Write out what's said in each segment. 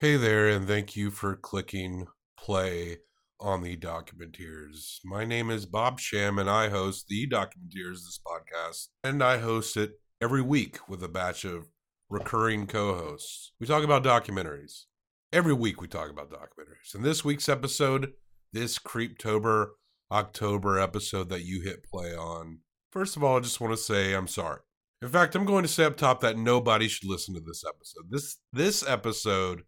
Hey there, and thank you for clicking play on the Documenteers. My name is Bob Sham, and I host the Documenteers, this podcast, and I host it every week with a batch of recurring co hosts. We talk about documentaries. Every week we talk about documentaries. And this week's episode, this Creeptober October episode that you hit play on, first of all, I just want to say I'm sorry. In fact, I'm going to say up top that nobody should listen to this episode. This this episode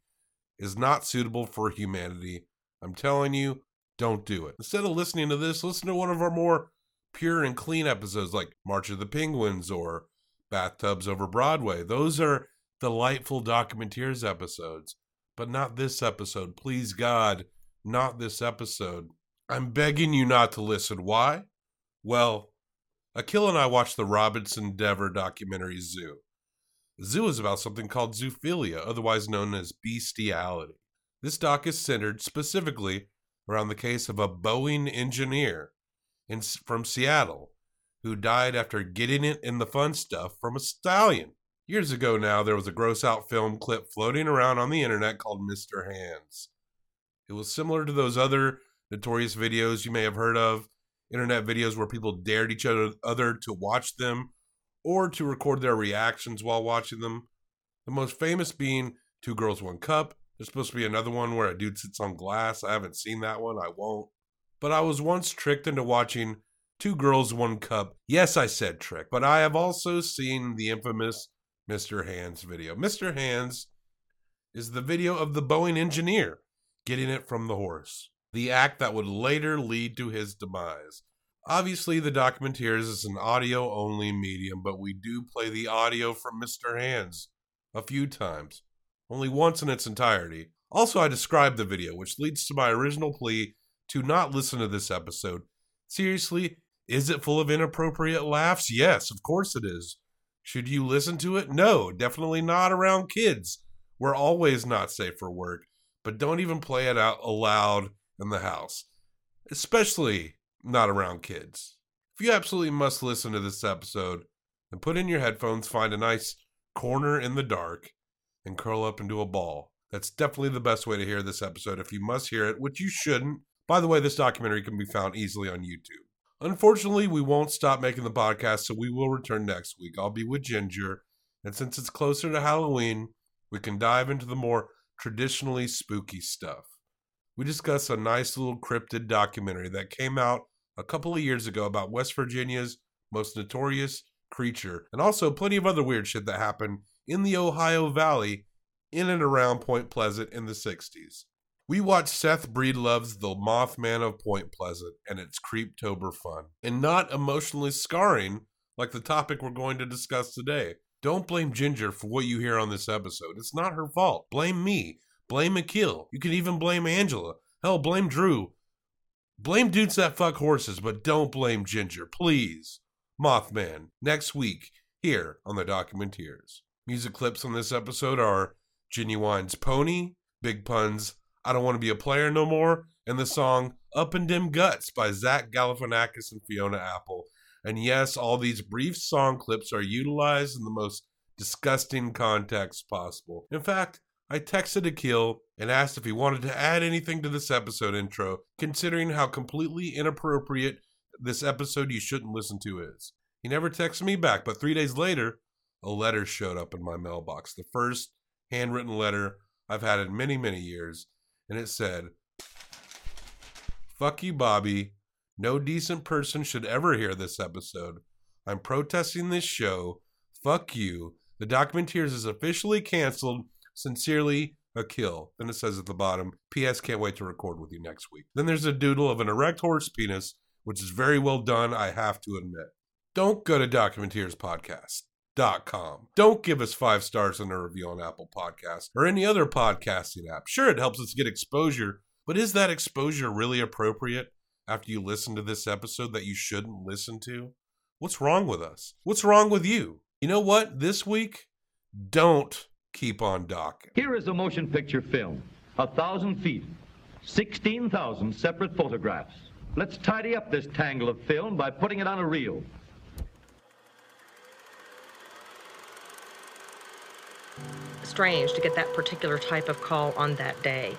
is not suitable for humanity. I'm telling you, don't do it. Instead of listening to this, listen to one of our more pure and clean episodes like March of the Penguins or Bathtubs Over Broadway. Those are delightful Documenteers episodes, but not this episode. Please, God, not this episode. I'm begging you not to listen. Why? Well, Akil and I watched the Robinson Dever documentary Zoo. Zoo is about something called zoophilia, otherwise known as bestiality. This doc is centered specifically around the case of a Boeing engineer in, from Seattle who died after getting it in the fun stuff from a stallion. Years ago now, there was a gross out film clip floating around on the internet called Mr. Hands. It was similar to those other notorious videos you may have heard of, internet videos where people dared each other, other to watch them or to record their reactions while watching them. The most famous being Two Girls, One Cup. There's supposed to be another one where a dude sits on glass. I haven't seen that one. I won't. But I was once tricked into watching Two Girls, One Cup. Yes, I said trick, but I have also seen the infamous Mr. Hands video. Mr. Hands is the video of the Boeing engineer getting it from the horse, the act that would later lead to his demise. Obviously, the Documenteers is an audio only medium, but we do play the audio from Mr. Hands a few times, only once in its entirety. Also, I described the video, which leads to my original plea to not listen to this episode. Seriously, is it full of inappropriate laughs? Yes, of course it is. Should you listen to it? No, definitely not around kids. We're always not safe for work, but don't even play it out aloud in the house, especially not around kids. If you absolutely must listen to this episode, then put in your headphones, find a nice corner in the dark, and curl up into a ball. That's definitely the best way to hear this episode if you must hear it, which you shouldn't. By the way, this documentary can be found easily on YouTube. Unfortunately, we won't stop making the podcast, so we will return next week. I'll be with Ginger, and since it's closer to Halloween, we can dive into the more traditionally spooky stuff. We discuss a nice little cryptid documentary that came out a couple of years ago about West Virginia's most notorious creature, and also plenty of other weird shit that happened in the Ohio Valley in and around Point Pleasant in the 60s. We watched Seth Breedlove's The Mothman of Point Pleasant and its Creeptober fun, and not emotionally scarring like the topic we're going to discuss today. Don't blame Ginger for what you hear on this episode. It's not her fault. Blame me. Blame Akil. You can even blame Angela. Hell, blame Drew. Blame dudes that fuck horses, but don't blame Ginger, please. Mothman, next week, here on the Documenteers. Music clips on this episode are Genuine's Pony, Big Pun's I Don't Want to Be a Player No More, and the song Up and Dim Guts by Zach Galifianakis and Fiona Apple. And yes, all these brief song clips are utilized in the most disgusting context possible. In fact, I texted Akil and asked if he wanted to add anything to this episode intro, considering how completely inappropriate this episode you shouldn't listen to is. He never texted me back, but three days later, a letter showed up in my mailbox. The first handwritten letter I've had in many, many years, and it said, Fuck you, Bobby. No decent person should ever hear this episode. I'm protesting this show. Fuck you. The Documenteers is officially canceled. Sincerely, a kill. Then it says at the bottom, P.S. Can't wait to record with you next week. Then there's a doodle of an erect horse penis, which is very well done, I have to admit. Don't go to documenteerspodcast.com. Don't give us five stars in a review on Apple Podcasts or any other podcasting app. Sure, it helps us get exposure, but is that exposure really appropriate after you listen to this episode that you shouldn't listen to? What's wrong with us? What's wrong with you? You know what? This week, don't keep on docking. Here is a motion picture film. A thousand feet, 16,000 separate photographs. Let's tidy up this tangle of film by putting it on a reel. strange to get that particular type of call on that day.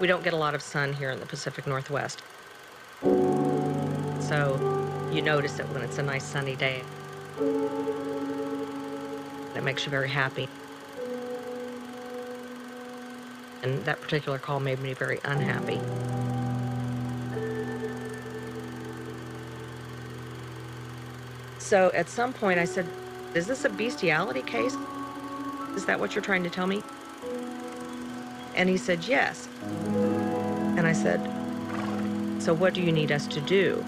We don't get a lot of sun here in the Pacific Northwest. So you notice it when it's a nice sunny day. That makes you very happy. And that particular call made me very unhappy. So at some point I said, Is this a bestiality case? Is that what you're trying to tell me? And he said, Yes. And I said, So what do you need us to do?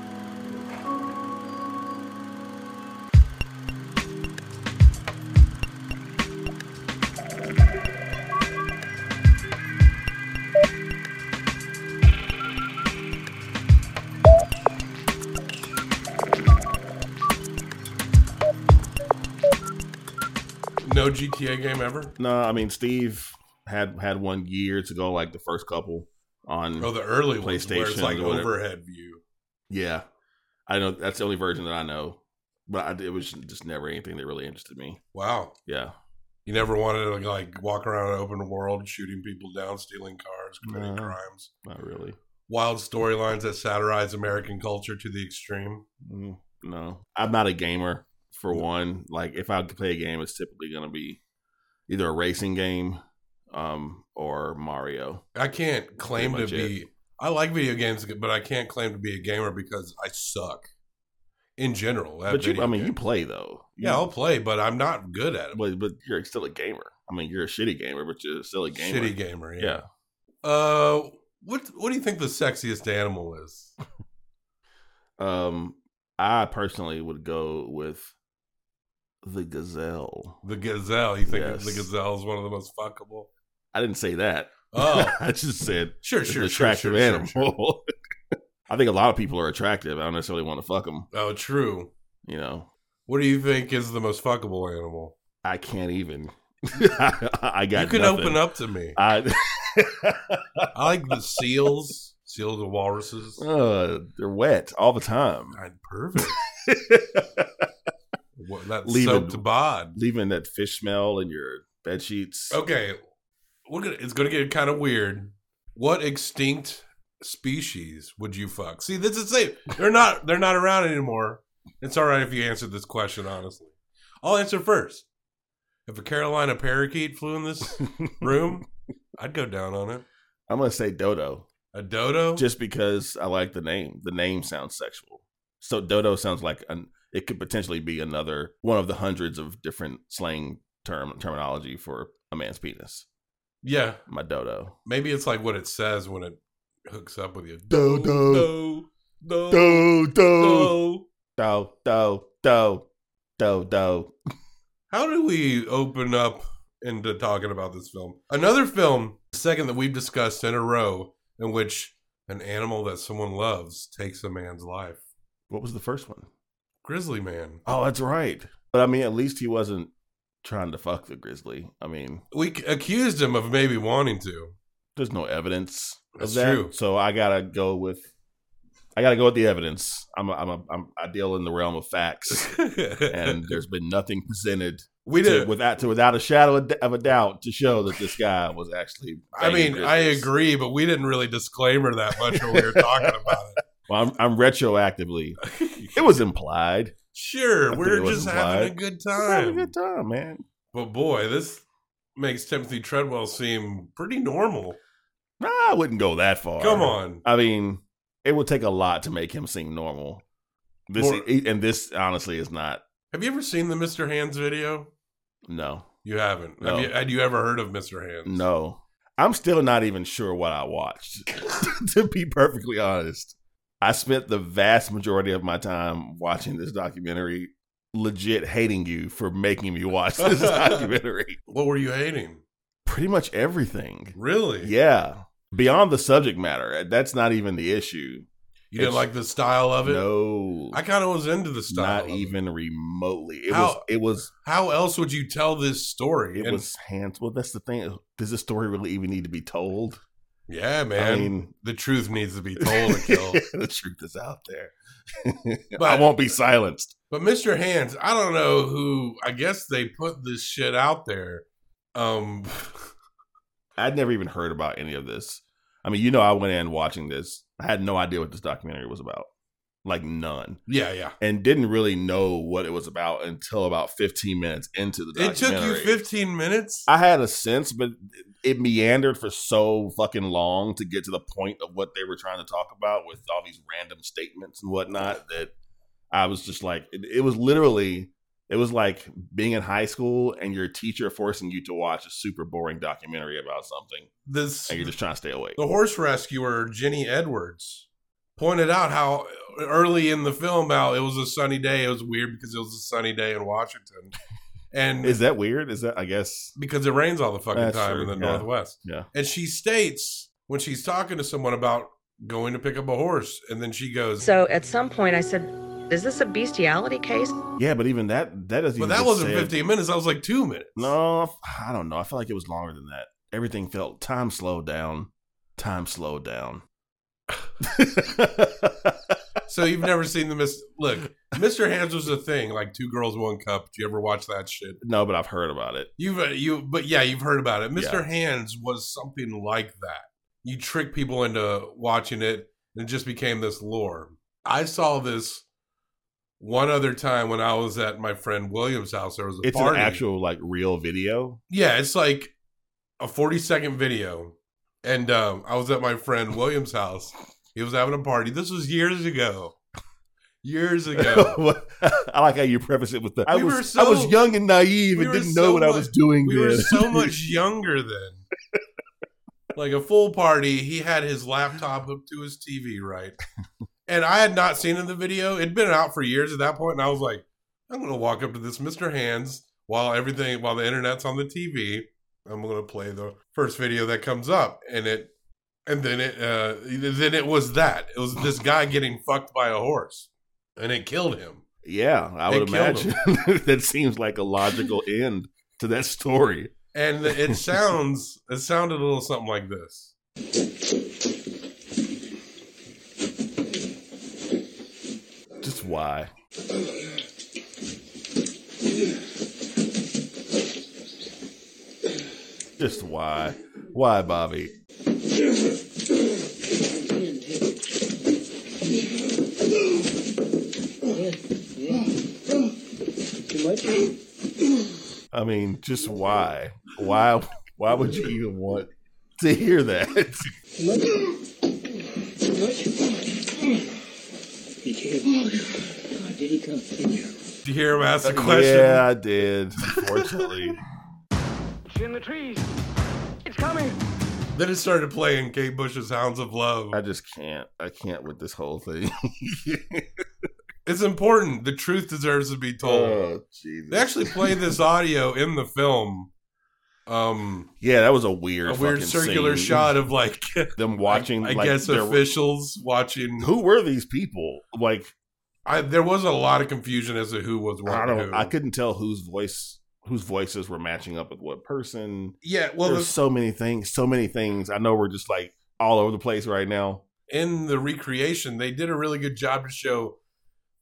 No GTA game ever? No, I mean Steve had had one years ago, like the first couple on. Oh, the early ones where it's PlayStation, like whatever. overhead view. Yeah, I know that's the only version that I know, but I, it was just never anything that really interested me. Wow. Yeah, You never wanted to like walk around an open world shooting people down, stealing cars, committing No. crimes. not really. Wild storylines that satirize American culture to the extreme. Mm, No, I'm not a gamer for one. Like if I could play a game, it's typically gonna be either a racing game, um, or Mario. I can't claim to Pretty much be. I like video games, but I can't claim to be a gamer because I suck in general. at but you, video I mean, you games. play though. You- yeah, I'll play, but I'm not good at it. but but you're still a gamer. I mean, you're a shitty gamer, but you're still a gamer. Shitty gamer. Yeah. Yeah. Uh, what what do you think the sexiest animal is? Um, I personally would go with the gazelle. The gazelle. You think Yes. the gazelle is one of the most fuckable? I didn't say that. Oh, I just said sure, it's sure, an sure, attractive sure, sure, animal. sure. I think a lot of people are attractive. I don't necessarily want to fuck them. Oh, true. You know, What do you think is the most fuckable animal? I can't even. I, I got. you can nothing. open up to me. I, I like the seals, seals and walruses. uh, they're wet all the time. God, perfect. what, that Leave it. soaked bod. Leaving that fish smell in your bed sheets. Okay, we're gonna, it's going to get kind of weird. What extinct species would you fuck? See, this is safe. They're not. They're not around anymore. It's all right if you answer this question honestly. I'll answer first. If a Carolina parakeet flew in this room, I'd go down on it. I'm gonna say dodo. A dodo. just because I like the name. The name sounds sexual. So dodo sounds like an it could potentially be another one of the hundreds of different slang term terminology for a man's penis. yeah, My dodo. maybe it's like what it says when it hooks up with you. Dodo. Dodo. Dodo. Do do Dodo. do do do do do. How do we open up into talking about this film? Another film, second that we've discussed in a row, in which an animal that someone loves takes a man's life. What was the first one? Grizzly Man. Oh, that's right. But I mean, at least he wasn't trying to fuck the grizzly. I mean, We c- accused him of maybe wanting to. there's no evidence That's of that. true. So I gotta go with, I gotta go with the evidence. I'm a, I'm a, I'm I deal in the realm of facts, and there's been nothing presented we to, did. without to without a shadow of d- of a doubt to show that this guy was actually. I mean, banging I grizzlies. agree, but we didn't really disclaimer that much when we were talking about Well, I'm, I'm retroactively. it. It was implied. I sure, think we're it was just having a implied. good We're having a time. good time, man. But boy, this makes Timothy Treadwell seem pretty normal. Nah, I wouldn't go that far. Come on. I mean, it would take a lot to make him seem normal. This More- and this honestly is not. Have you ever seen the Mr. Hands video? No, You haven't. No. Have you, had you ever heard of Mr. Hands? No. I'm still not even sure what I watched, to be perfectly honest. I spent the vast majority of my time watching this documentary, legit hating you for making me watch this documentary. What were you hating? Pretty much everything. Really? Yeah. Beyond the subject matter, eh, that's not even the issue. You didn't It's- like the style of it? No, I kind of was into the style. not of it. even remotely. It How- was, it was, How else would you tell this story? it And- was hands. Well, that's the thing. Does this story really even need to be told? Yeah, man. I mean, the truth needs to be told, Akil. the truth is out there. I But- won't be silenced. But Mr. Hands, I don't know who. I guess they put this shit out there. Um, I'd never even heard about any of this. I mean, you know, I went in watching this. I had no idea what this documentary was about, like none, yeah, yeah. and didn't really know what it was about until about 15 minutes into the It took documentary. you 15 minutes. I had a sense, but it meandered for so fucking long to get to the point of what they were trying to talk about with all these random statements and whatnot that I was just like, it, it was literally, it was like being in high school and your teacher forcing you to watch a super boring documentary about something This and you're just trying to stay awake. the horse rescuer Jenny Edwards pointed out how early in the film how it was a sunny day. It was weird because it was a sunny day in Washington, and Is that weird? Is that, I guess, because it rains all the fucking That's time in true, the yeah. Northwest. Yeah. And she states when she's talking to someone about going to pick up a horse, and then she goes, So at some point, I said, Is this a bestiality case? yeah, but even that, that doesn't "But even that get wasn't said. 15 minutes. That was like two minutes." No, I- I don't know. I feel like it was longer than that. Everything felt time slowed down. Time slowed down. So you've never seen the Miss Look, Mr. Hands was a thing, like Two Girls One Cup. Did you ever watch that shit? no, but I've heard about it. You've uh, you but yeah, you've heard about it. Mr. Hands was something like that. You trick people into watching it and it just became this lore. I saw this one other time when I was at my friend William's house. There was a It's party. an actual like real video. Yeah, it's like a 40 second video. And um, I was at my friend William's house. He was having a party. This was years ago. Years ago. I like how you preface it with the. I We was were I was so- young and naive we and were didn't so know what I much- was doing. We were then. so much younger then. Like a full party, he had his laptop hooked to his TV, right? And I had not seen in the video. It'd been out for years at that point, and I was like, I'm gonna walk up to this Mr. Hands while everything while the internet's on the TV. I'm gonna play the first video that comes up, and it and then it uh then it was that. It was this guy getting fucked by a horse. And it killed him. yeah, I They would killed imagine that seems like a logical end to that story. And it sounds it sounded a little something like this. Just why? Just why? Why, Bobby? I mean, just why? Why? Why would you even want to hear that? He came. Oh, God, did he come? Did you hear him ask the question? Yeah, I did. Unfortunately, in the trees. It's coming. Then it started playing Kate Bush's Hounds of Love. I just can't. I can't with this whole thing. It's important. The truth deserves to be told. Oh, Jesus. they actually played this audio in the film. Um, yeah, that was a weird, a weird fucking circular scene. shot of like Them watching, I, like, guess their- officials watching. Who were these people? Like, I, there was a lot of confusion as to who was what. I don't. who. I couldn't tell whose voice, whose voices were matching up with what person. Yeah, well, There's the- so many things. So many things. I know we're just like all over the place right now. in the recreation, they did a really good job to show.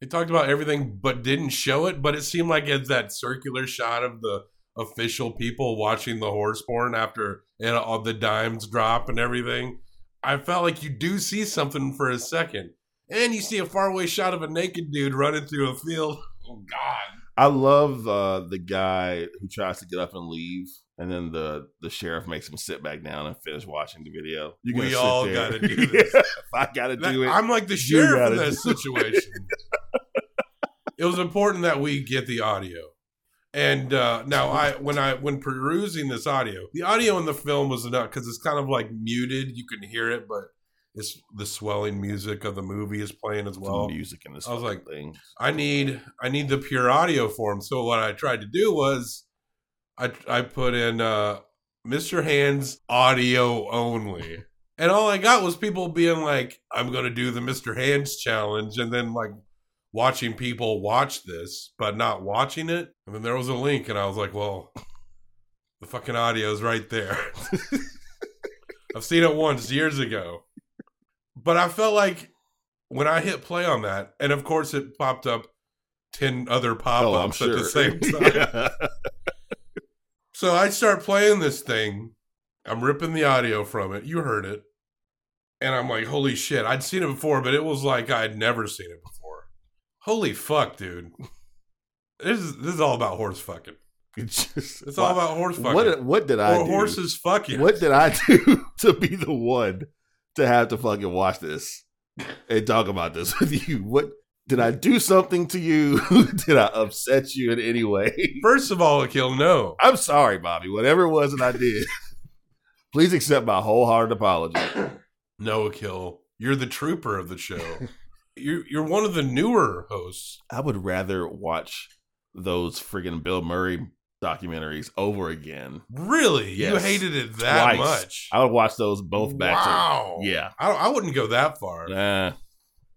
They talked about everything, but didn't show it. But it seemed like it's that circular shot of the official people watching the horse porn after and all the dimes drop and everything. I felt like you do see something for a second, and you see a faraway shot of a naked dude running through a field. Oh God! I love uh, the guy who tries to get up and leave, and then the the sheriff makes him sit back down and finish watching the video. You're gonna We sit all there. gotta do this. Yeah, I gotta That- do it. I'm like the You sheriff in gotta that situation. it was important that we get the audio. And uh, now I when I when perusing this audio, the audio in the film was enough because it's kind of like muted. You can hear it, but it's the swelling music of the movie is playing as the well. music in this I was fucking like, thing. I need I need the pure audio form. So what I tried to do was I I put in uh Mr. Hands audio only. And all I got was people being like, I'm gonna do the Mr. Hands challenge and then like watching people watch this, but not watching it. And then there was a link and I was like, Well, the fucking audio's right there. I've seen it once years ago. But I felt like when I hit play on that, and of course it popped up 10 other pop Oh, I'm ups sure. at the same time. Yeah. So I start playing this thing. I'm ripping the audio from it. You heard it. And I'm like, holy shit, I'd seen it before, but it was like I had never seen it before. Holy fuck, dude. This is this is all about horse fucking. It's just- It's all about horse fucking. What, what did I or do? horses fucking. What did I do to be the one to have to fucking watch this and talk about this with you? What did I do something to you? did I upset you in any way? First of all, Akil, no. I'm sorry, Bobby. Whatever it was that I did, please accept my wholehearted apology. No, Akil. You're the trooper of the show. you're you're one of the newer hosts. I would rather watch those friggin' Bill Murray documentaries over again. Really? You Yes. hated it that Twice. much. I would watch those both back. to- Wow. Yeah. I, I wouldn't go that far. Nah.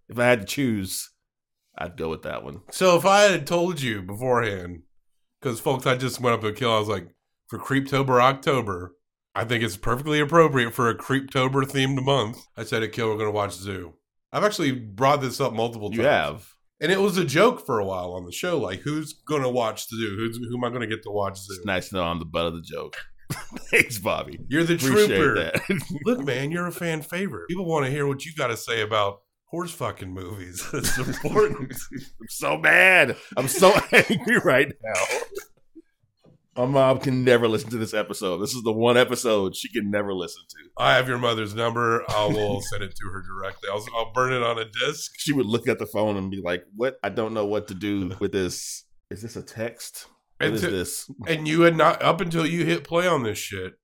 if I had to choose, I'd go with that one. So if I had told you beforehand, because folks, I just went up to a kill. I was like, for Creeptober October, I think it's perfectly appropriate for a Creeptober themed month. I said, Akil, we're going to watch Zoo. I've actually brought this up multiple times. You have. And it was a joke for a while on the show. Like, who's going to watch Zoo? Who's, who am I going to get to watch Zoo? It's nice to know I'm the butt of the joke. Thanks, Bobby. You're the Appreciate trooper. that. Look, man, you're a fan favorite. People want to hear what you got to say about horse fucking movies. It's important. I'm so mad. I'm so angry right now. My mom can never listen to this episode. This is the one episode she can never listen to. I have your mother's number. I will send it to her directly. I'll, I'll burn it on a disc. She would look at the phone and be like, "What? I don't know what to do with this. Is this a text? What And is to- this?" And you had not up until you hit play on this shit,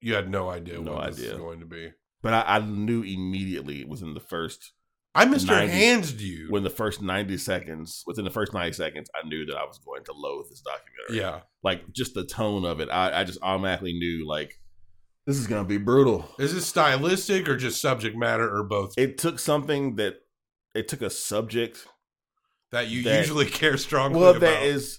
you had no idea No what this idea. is going to be. But I, I knew immediately within the first I Mr. 90 Hands you. when the first ninety seconds within the first ninety seconds, I knew that I was going to loathe this documentary. yeah, like just the tone of it. I, I just automatically knew like this is gonna be brutal. is this stylistic or just subject matter or both It took something that it took a subject that you that- usually care strongly well about? that is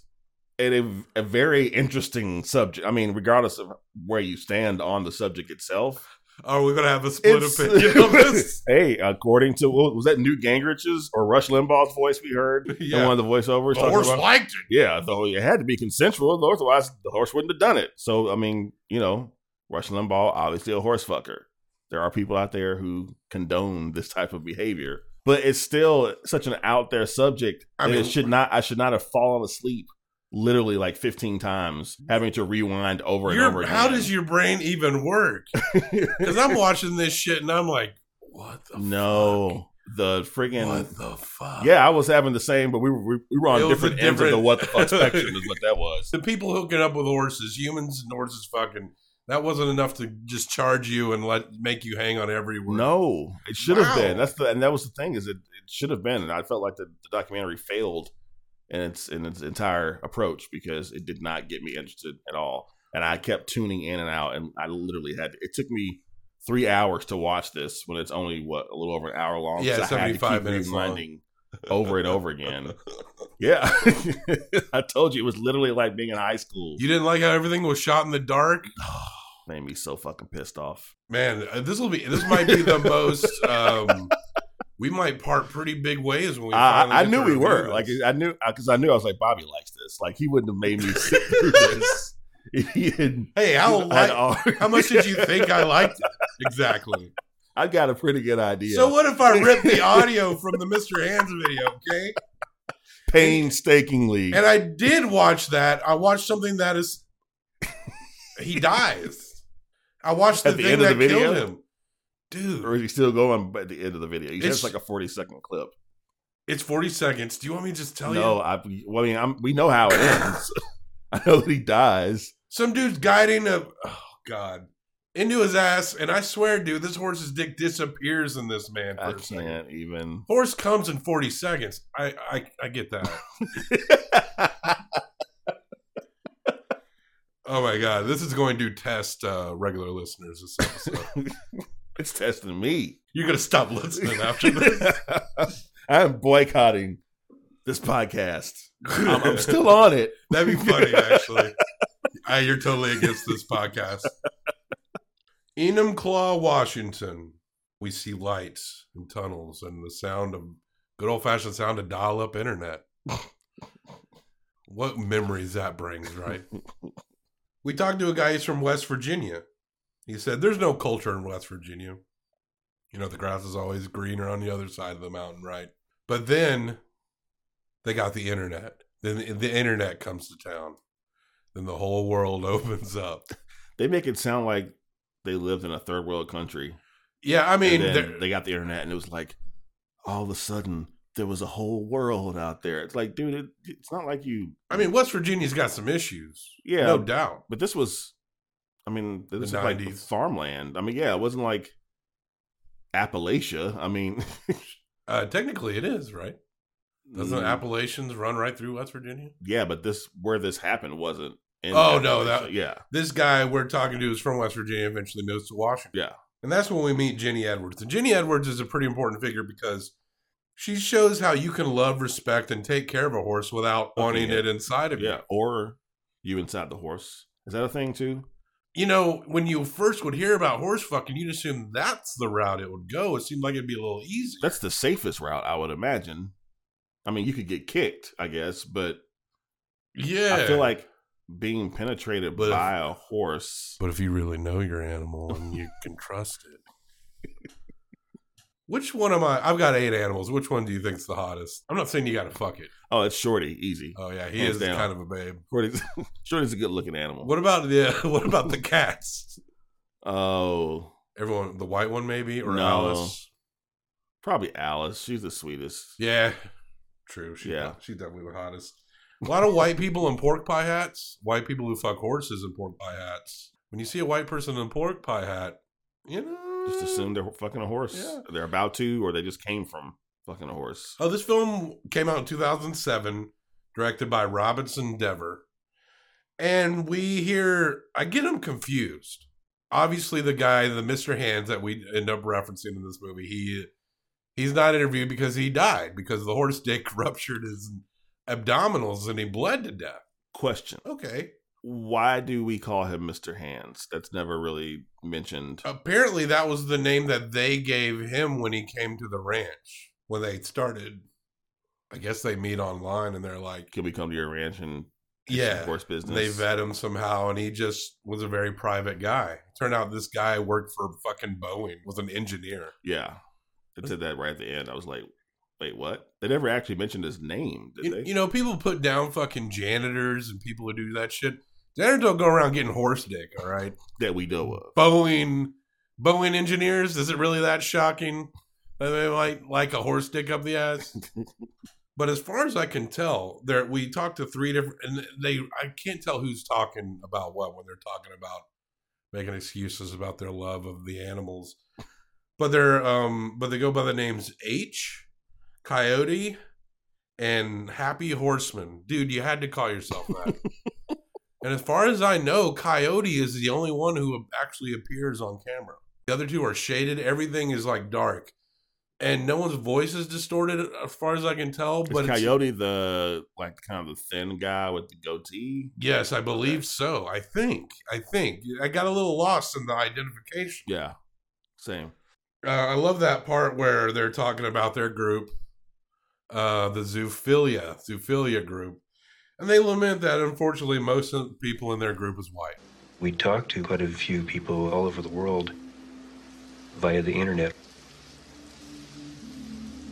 a, a very interesting subject. I mean, regardless of where you stand on the subject itself, Are we going to have a split it's- opinion on this? hey, according to what was that Newt Gingrich's or Rush Limbaugh's voice we heard in Yeah, one of the voiceovers? the talking horse about- liked it. Yeah, though it had to be consensual, though otherwise the horse wouldn't have done it. So I mean, you know, Rush Limbaugh obviously a horse fucker. There are people out there who condone this type of behavior, but it's still such an out there subject. I that mean- it should not. I should not have fallen asleep literally like fifteen times, having to rewind over and Your- over. how does your brain even work? Because I'm watching this shit and I'm like, what the no the fuck? friggin' What the fuck? yeah? I was having the same, but we were we, we were on It was a different, ends of the different- what the fuck spectrum is what that was. the people hooking up with horses, humans and horses fucking, that wasn't enough to just charge you and let make you hang on every word. No, it should Wow. have been. That's the and that was the thing is it, it should have been. And I felt like the, the documentary failed in its in its entire approach because it did not get me interested at all. And I kept tuning in and out, and I literally had it took me three hours to watch this when it's only what a little over an hour long. Yeah, because I had to 75 keep minutes long. rewinding over and over again. Yeah, I told you it was literally like being in high school. You didn't like how everything was shot in the dark, made me so fucking pissed off. man. uh, This will be. This might be the most. um We might part pretty big ways when we. I, finally I get knew to we review were. this. Like I knew because I knew I was like Bobby likes this. Like he wouldn't have made me sit through this. if He had, hey, how like, how much did you think I liked it exactly? I got a pretty good idea. So what if I rip the audio from the Mister Hands video? Okay, Painstakingly, and I did watch that. I watched something that is. He dies. I watched the At the thing end of that the video? killed him, dude. or is he still going? But at the end of the video, he It's- has like a forty second clip. It's 40 seconds. Do you want me to just tell no, you? I. Well, I mean, I'm, we know how it ends. I know that he dies. Some dude's guiding a oh god into his ass, and I swear, dude, this horse's dick disappears in this man I for a second. can't even. Horse comes in 40 seconds. I I, I get that. oh my god, this is going to test uh, regular listeners. This episode. it's testing me. You're gonna stop listening after this. I'm boycotting this podcast. I'm, I'm still on it. That'd be funny, actually. I, you're totally against this podcast. Enumclaw, Washington. We see lights and tunnels and the sound of good old fashioned sound of dial up internet. what memories that brings, right? we talked to a guy, he's from West Virginia. He said, There's no culture in West Virginia. You know, the grass is always greener on the other side of the mountain, right? But then they got the internet. Then the, the internet comes to town. Then the whole world opens up. They make it sound like they lived in a third world country. Yeah, I mean, and then there- they got the internet, and it was like all of a sudden there was a whole world out there. It's like, dude, it, it's not like you. I mean, West Virginia's got some issues, yeah, no doubt. but this was, I mean, this is The like 90s. farmland. I mean, yeah, it wasn't like Appalachia. I mean, Uh, technically, it is right. Doesn't Mm-hmm. Appalachians run right through West Virginia? yeah, but this where this happened wasn't. in Oh, no, Appalachia. that- yeah, This guy we're talking to is from West Virginia. Eventually moves to Washington. Yeah. and that's when we meet Jenny Edwards. And Jenny Edwards is a pretty important figure because she shows how you can love, respect, and take care of a horse without wanting Oh, yeah. it inside of yeah, or you inside the horse. Is that a thing too? you. You know, when you first would hear about horse fucking, you'd assume that's the route it would go. It seemed like it'd be a little easy. That's the safest route, I would imagine. I mean, you could get kicked, I guess, but yeah, I feel like being penetrated But if- by a horse. But if you really know your animal and you can trust it. Which one am I? I've got eight animals. Which one do you think's the hottest? I'm not saying you got to fuck it. Oh, it's Shorty, easy. Oh yeah, he Hands is down. kind of a babe. Shorty's, Shorty's a good-looking animal. What about the What about the cats? Oh, Everyone, the white one maybe or No. Alice? probably Alice. She's the sweetest. Yeah, true. She, Yeah. she definitely the hottest. A lot of white people in pork pie hats. White people who fuck horses in pork pie hats. When you see a white person in a pork pie hat, you know, Just assume they're fucking a horse. Yeah. They're about to, or they just came from fucking a horse. Oh, this film came out in 2007, directed by Robinson Dever. And we hear, I get him confused. Obviously, the guy, the Mr. Hands that we end up referencing in this movie, he he's not interviewed because he died because the horse dick ruptured his abdominals and he bled to death. Question: Okay. Why do we call him Mister Hands? That's never really mentioned. Oh. Apparently, that was the name that they gave him when he came to the ranch. When they started, I guess they meet online and they're like, Can we come to your ranch and get some yeah. horse business? They vet him somehow, and he just was a very private guy. Turned out this guy worked for fucking Boeing, was an engineer. Yeah, it said that right at the end. I was like, wait, what? They never actually mentioned his name, did You, they? you know, people put down fucking janitors and people who do that shit. Janitors don't go around getting horse dick, all right? that we know Mm. of. Boeing, Boeing engineers, is it really that shocking? that They like like a horse dick up the ass. but as far as I can tell, there we talked to three different, and they I can't tell who's talking about what when they're talking about making excuses about their love of the animals. But they're um but they go by the names H, Coyote, and Happy Horseman. Dude, you had to call yourself that. and as far as I know, Coyote is the only one who actually appears on camera. The other two are shaded. Everything is like dark. And no one's voice is distorted uh, as far as I can tell, Is but it's- Coyote the like kind of the thin guy with the goatee? yes, I believe so. I think. I think. I got a little lost in the identification. Yeah, same. uh, I love that part where they're talking about their group, uh, the Zoophilia Zoophilia group, and they lament that unfortunately most of the people in their group is white. We talk to quite a few people all over the world via the internet.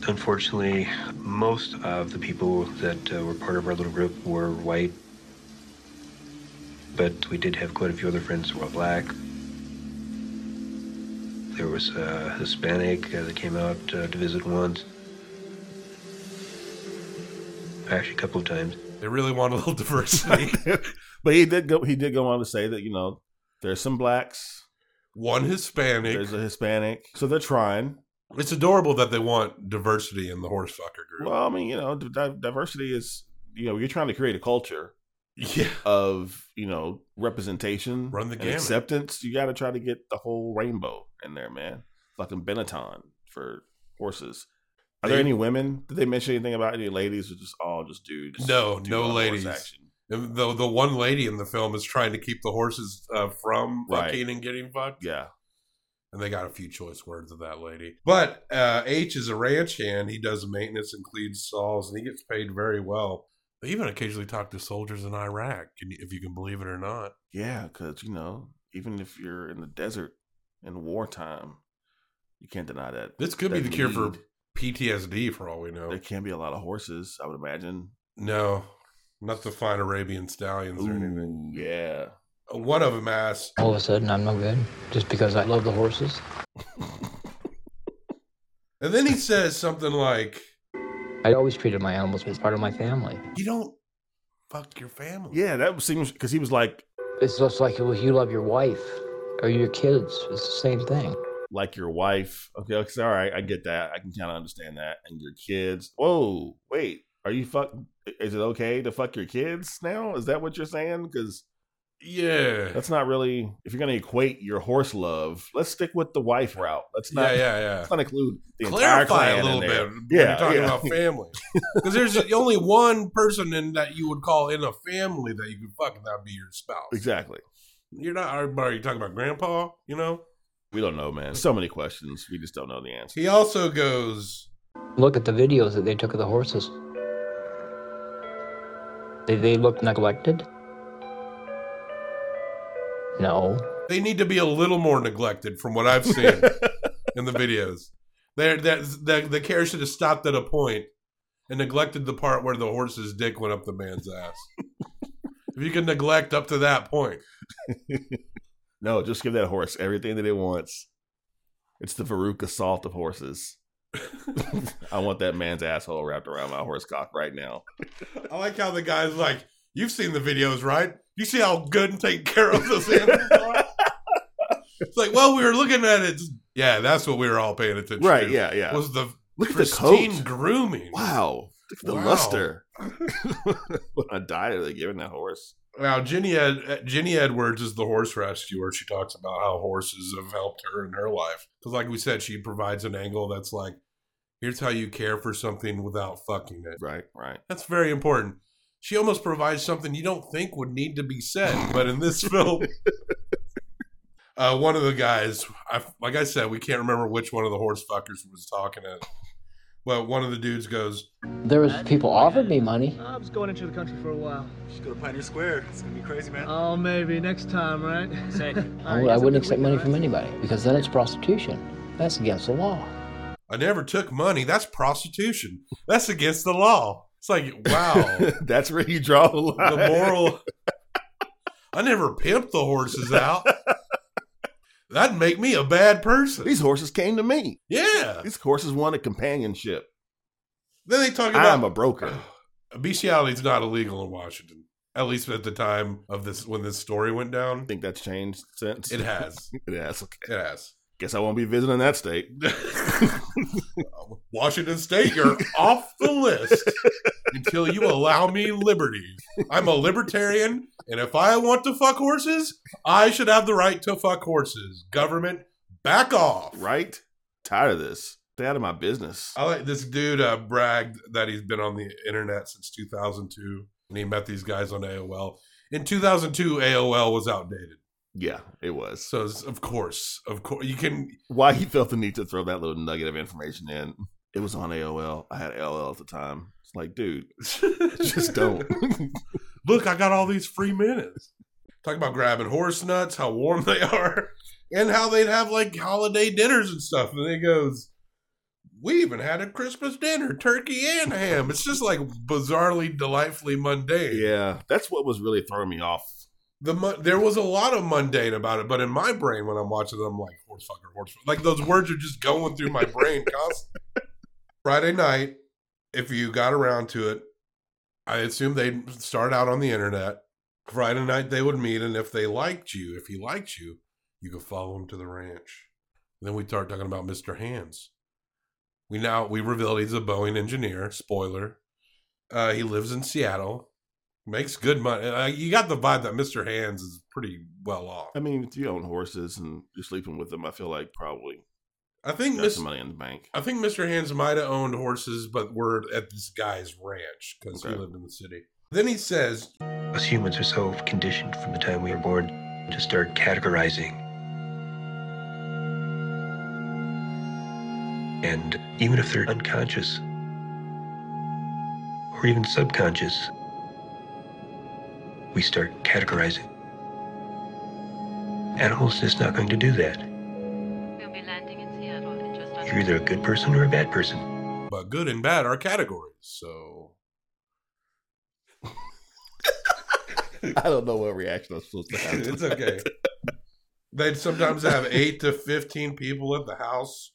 Unfortunately, most of the people that uh, were part of our little group were white, but we did have quite a few other friends who were black. There was a Hispanic uh, that came out uh, to visit once, actually, a couple of times. They really want a little diversity. but he did go. He did go on to say that you know there's some blacks, One Hispanic. there's a Hispanic, so they're trying. It's adorable that they want diversity in the horse fucker group. Well, I mean, you know, di- di- diversity is you know you're trying to create a culture yeah, of you know representation, Run the and gamut. acceptance. You got to try to get the whole rainbow in there, man. Fucking Benetton for horses. Are there They- any women? Did they mention anything about any ladies? Or just all just dudes? No, doing no horse ladies. action? and the the one lady in the film is trying to keep the horses uh, from Right. fucking and getting fucked. Yeah, And they got a few choice words of that lady. But uh, H is a ranch hand. He does maintenance and cleans stalls, and he gets paid very well. They even occasionally talk to soldiers in Iraq, can you- if you can believe it or not. Yeah, because you know, even if you're in the desert in wartime, you can't deny that. This could be that the cure for need. PTSD, for all we know. There can be a lot of horses, I would imagine. No, not the fine Arabian stallions or anything. Ooh, yeah. One of them asks, All of a sudden, I'm no good just because I love the horses. and then he says something like, I always treated my animals as part of my family. "You don't fuck your family." Yeah, that seems because he was like, It's just like well, you love your wife or your kids. It's the same thing. like your wife. Okay, okay, all right, I get that. I can kind of understand that. And your kids. Whoa, wait, are you fuck? Is it okay to fuck your kids now? Is that what you're saying? Because yeah, that's not really. If you're gonna equate your horse love, let's stick with the wife route. Let's yeah, not. yeah, yeah. Let's not include the entire Clarify clan a little in there. bit. Yeah, when Yeah, you're talking yeah. about family because there's only one person in that you would call in a family that you could fuck, and that'd be your spouse. Exactly. You're not. Are you talking about grandpa? You know. We don't know, man. So many questions. We just don't know the answer. He also goes, Look at the videos that they took of the horses. Did they look neglected? No. they need to be a little more neglected from what I've seen in the videos. There, that the, the care should have stopped at a point and neglected the part where the horse's dick went up the man's ass. if you can neglect up to that point, No, just give that horse everything that it wants. It's the Veruca salt of horses. I want that man's asshole wrapped around my horse cock right now. I like how the guy's like, "You've seen the videos, right? You see how good and taken care of those animals are." It's like, well, we were looking at it. Yeah, that's what we were all paying attention Right? to. Yeah, yeah. Was the Look at the pristine coat. grooming. Wow. Look at the Wow. luster. what a diet are they giving that horse? Now, Jenny, Ed, Jenny Edwards is the horse rescuer. She talks about how horses have helped her in her life. Because, like we said, she provides an angle that's like, here's how you care for something without fucking it. Right, right. That's very important. She almost provides something you don't think would need to be said, but in this film, uh, one of the guys, I, like I said, we can't remember which one of the horse fuckers was talking to. But one of the dudes goes, There was people offered me money. Uh, I was going into the country for a while. Just go to Pioneer Square. It's gonna be crazy, man. Oh, maybe next time, right? Say, I, would, I wouldn't accept money from anybody because then it's prostitution. That's against the law. I never took money. That's prostitution. That's against the law. It's like, wow. That's where you draw the line. the moral I never pimped the horses out. That'd make me a bad person. These horses came to me. Yeah. These horses wanted companionship. Then they talk about I'm a broker. bestiality is not illegal in Washington. At least at the time of this when this story went I down. think that's changed since. It has. It has. Okay. It has. Guess I won't be visiting that state. Washington State, you're off the list until you allow me liberty. I'm a libertarian, and if I want to fuck horses, I should have the right to fuck horses. Government, back off. right? Tired of this. Stay out of my business. I like this dude uh, bragged that he's been on the internet since 2002, and he met these guys on AOL. In 2002, AOL was outdated. Yeah, it was. So, it's- of course, of course, you can. Why he felt the need to throw that little nugget of information in. It was on AOL. I had AOL at the time. It's like, dude, just don't. Look, I got all these free minutes. Talk about grabbing horse nuts, how warm they are, and how they'd have like holiday dinners and stuff. And he goes, We even had a Christmas dinner, turkey and ham. It's just like bizarrely, delightfully mundane. yeah, that's what was really throwing me off. The mu- there was a lot of mundane about it, but in my brain when I'm watching it, I'm like horse fucker, horse fucker. Like those words are just going through my brain constantly. Friday night, if you got around to it, I assume they'd start out on the internet. Friday night they would meet, and if they liked you, if he liked you, you could follow him to the ranch. Then we start talking about Mr. Hands. We now we revealed he's a Boeing engineer. Spoiler. Uh, he lives in Seattle. Makes good money. Uh, you got the vibe that Mr. Hands is pretty well off. I mean, if you own horses and you're sleeping with them, I feel like probably I think got Miss, some money in the bank. I think Mr. Hands might have owned horses, but were at this guy's ranch because he Okay. lived in the city. Then he says, Us humans are so conditioned from the time we were born to start categorizing. And even if they're unconscious or even subconscious, we start categorizing. Animals just not going to do that. You're either a good person or a bad person. But good and bad are categories. So I don't know what reaction I'm supposed to have. to it's that. okay. They'd sometimes have eight to fifteen people at the house.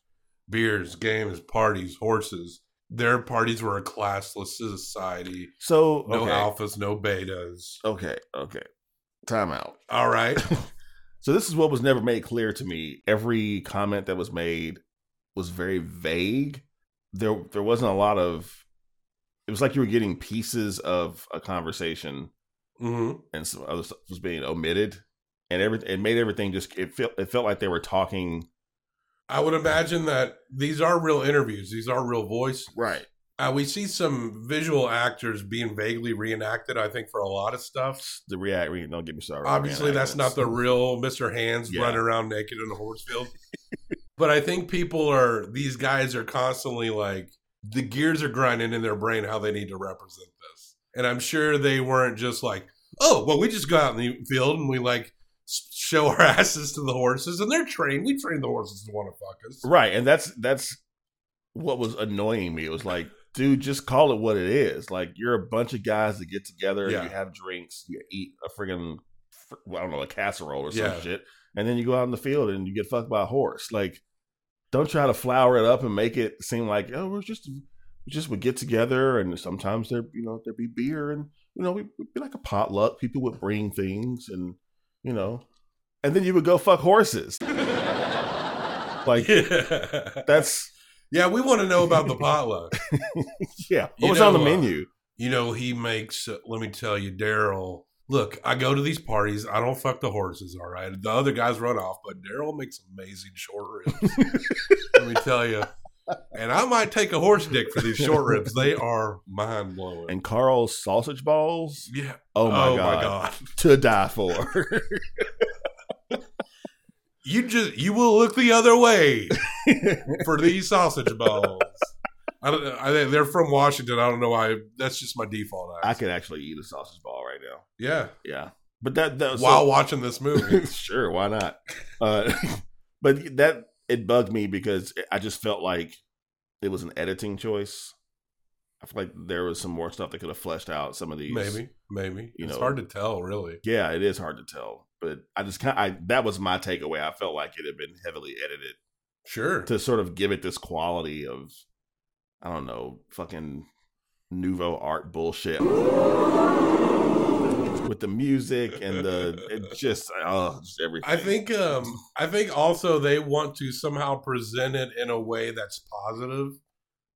Beers, games, parties, horses. Their parties were a classless society. So No okay. Oh. alphas, no betas. Okay, okay. Time out. All right. So this is what was never made clear to me. Every comment that was made was very vague. There there wasn't a lot of it was like you were getting pieces of a conversation hmm and some other stuff was being omitted and everything it made everything just it felt it felt like they were talking I would imagine that these are real interviews. These are real voice. right. Uh, we see some visual actors being vaguely reenacted. I think for a lot of stuff. The react re- don't get me started. Obviously, that's not the real Mr. Hands Yeah. running around naked in a horse field. but I think people are these guys are constantly like the gears are grinding in their brain how they need to represent this. And I'm sure they weren't just like, oh, well, we just go out in the field and we like s- show our asses to the horses and they're trained. We train the horses to want to fuck us. Right, and that's that's what was annoying me. It was like, dude, just call it what it is. Like you're a bunch of guys that get together, Yeah. you have drinks, you eat a friggin' fr- well, I don't know, a casserole or some Yeah. shit, and then you go out in the field and you get fucked by a horse. Like, don't try to flower it up and make it seem like oh, we're just we just would get together, and sometimes there you know there'd be beer and you know we would be like a potluck. People would bring things and you know, and then you would go fuck horses. like Yeah. that's yeah, we want to know about the potluck. Yeah, what You was on the know, uh, menu? you know, he makes, uh, let me tell you, Daryl, look, I go to these parties. I don't fuck the horses, all right? The other guys run off, but Daryl makes amazing short ribs. let me tell you. And I might take a horse dick for these short ribs. They are mind blowing. And Carl's sausage balls. yeah. Oh my, god. to die for. You just, you will look the other way for these sausage balls. I don't, I, they're from Washington. I don't know why. That's just my default. I Act. could actually eat a sausage ball right now. Yeah. Yeah, but that that was While watching this movie. sure, why not? Uh, but that it bugged me because I just felt like it was an editing choice. I feel like there was some more stuff that could have fleshed out some of these. Maybe, maybe. You it's know. hard to tell, really. Yeah, it is hard to tell, but I just kind I that was my takeaway. I felt like it had been heavily edited. Sure. to sort of give it this quality of I don't know, fucking nouveau art bullshit with the music and the it just oh just everything. I think um I think also they want to somehow present it in a way that's positive.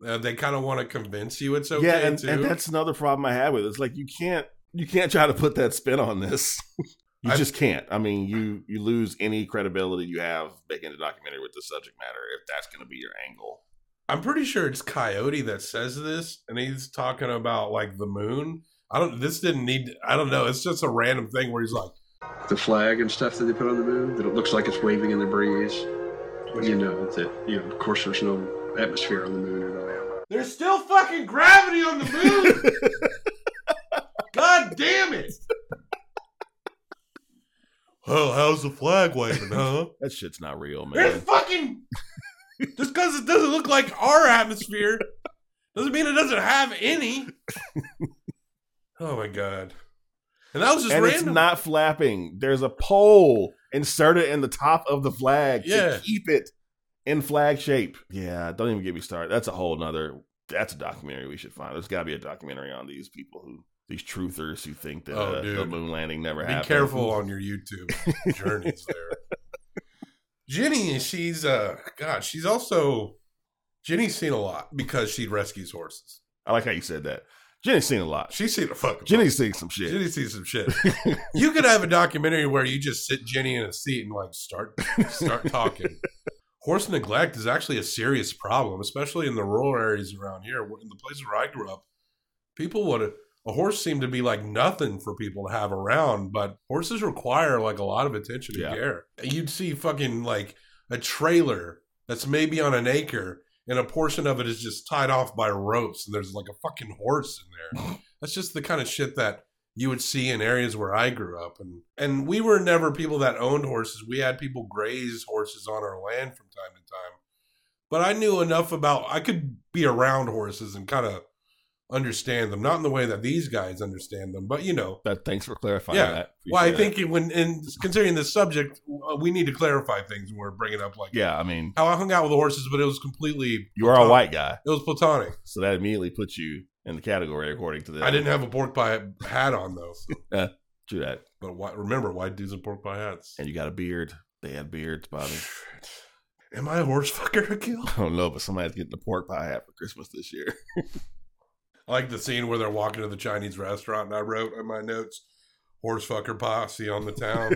Uh, they kind of want to convince you it's okay yeah, and, too. and that's another problem I have with it. It's like you can't you can't try to put that spin on this. You I- just can't. I mean, you you lose any credibility you have making a documentary with the subject matter if that's going to be your angle. I'm pretty sure it's Coyote that says this, and he's talking about like the moon. I don't. This didn't need. I don't know. It's just a random thing where he's like, The flag and stuff that they put on the moon, that it looks like it's waving in the breeze. You know that you know, of course, there's no atmosphere on the moon and all that. "There's still fucking gravity on the moon." God damn it! Well, how's the flag waving, huh? That shit's not real, It's man. fucking just because it doesn't look like our atmosphere doesn't mean it doesn't have any. oh my god! And that was just and random. it's not flapping. There's a pole inserted in the top of the flag Yeah. to keep it in flag shape. Yeah, don't even get me started. That's a whole nother. That's a documentary we should find. There's got to be a documentary on these people who these truthers who think that Oh, uh, the dude. moon landing never Be happened. careful on your YouTube journeys there. Jenny, she's uh, God, she's also Jenny's seen a lot because she rescues horses. I like how you said that. Jenny's seen a lot. She's seen a fucking Jenny's seen some shit. Jenny sees some shit. you could have a documentary where you just sit Jenny in a seat and like start start talking. Horse neglect is actually a serious problem, especially in the rural areas around here. In the places where I grew up, people would a horse seemed to be like nothing for people to have around, but horses require like a lot of attention and Yeah. care. You'd see fucking like a trailer that's maybe on an acre and a portion of it is just tied off by ropes, and there's like a fucking horse in there. That's just the kind of shit that you would see in areas where I grew up, and and we were never people that owned horses. We had people graze horses on our land from time to time, but I knew enough about I could be around horses and kind of understand them, not in the way that these guys understand them, but you know, That, thanks for clarifying Yeah. that. well, I Appreciate think it- when in considering this subject, uh, we need to clarify things when we're bringing up like that. yeah, I mean, how I hung out with the horses, but it was completely you are a white guy, it was platonic. so that immediately puts you in the category according to the. I didn't have a pork pie hat on though, so- True that, but why, remember white dudes and pork pie hats. and you got a beard. They had beards, Bobby. Am I a horse fucker, Akil? I don't know, but somebody's getting a pork pie hat for Christmas this year. I like the scene where they're walking to the Chinese restaurant, and I wrote in my notes, "Horse fucker posse on the town."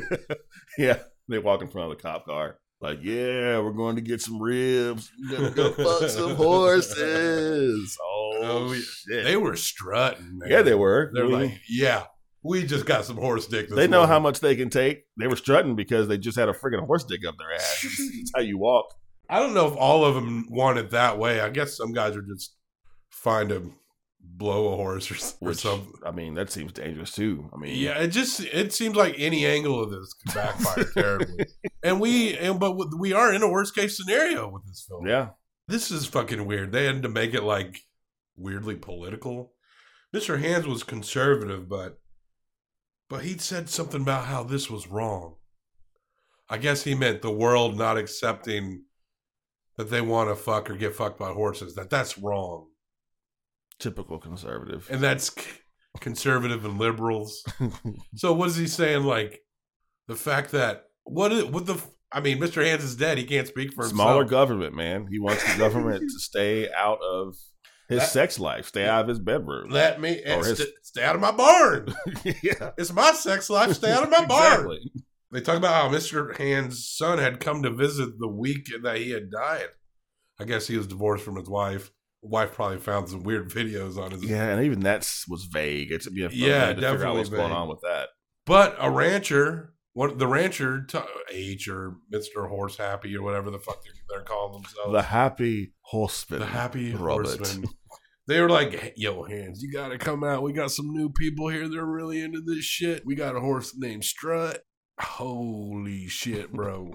yeah, they walk in front of the cop car. Like, yeah, we're going to get some ribs. We're gonna go fuck some horses. Oh, Oh, yeah. shit! they were strutting. Man. yeah, they were. They're We- like, yeah, we just got some horse dick. This they know morning." how much they can take. They were strutting because they just had a freaking horse dick up their ass. That's how you walk. I don't know if all of them want it that way. I guess some guys are just fine to blow a horse or, s- or Which, something. I mean, that seems dangerous too. I mean, Yeah, it just it seems like any angle of this could backfire terribly. And we and but we are in a worst case scenario with this film. yeah. This is fucking weird. They had to make it like weirdly political. Mr. Hands was conservative, but but he said something about how this was wrong. I guess he meant the world not accepting that they want to fuck or get fucked by horses. That that's wrong, Typical conservative. and that's c- conservative and liberals. So what is he saying? Like the fact that what is, what the f- I mean, Mr. Hands is dead. He can't speak for himself. Smaller government, man. He wants the government to stay out of his That- sex life, stay out of his bedroom. Let me Or Oh, his- st- stay out of my barn. yeah. It's my sex life. Stay out of my barn. Exactly. They talk about how Mr. Hand's son had come to visit the week that he had died. I guess he was divorced from his wife. Wife probably found some weird videos on his. Yeah, and even that was vague. It took me Yeah, a yeah, to figure out definitely what's going vague. on with that. But a rancher, what the rancher t- H or Mister Horse Happy or whatever the fuck they're, they're calling themselves, The happy horseman. Oh. the happy Robert. horseman. They were like, "Hey, "Yo, hands, you gotta come out. We got some new people here. They're really into this shit. We got a horse named Strut. Holy shit, bro!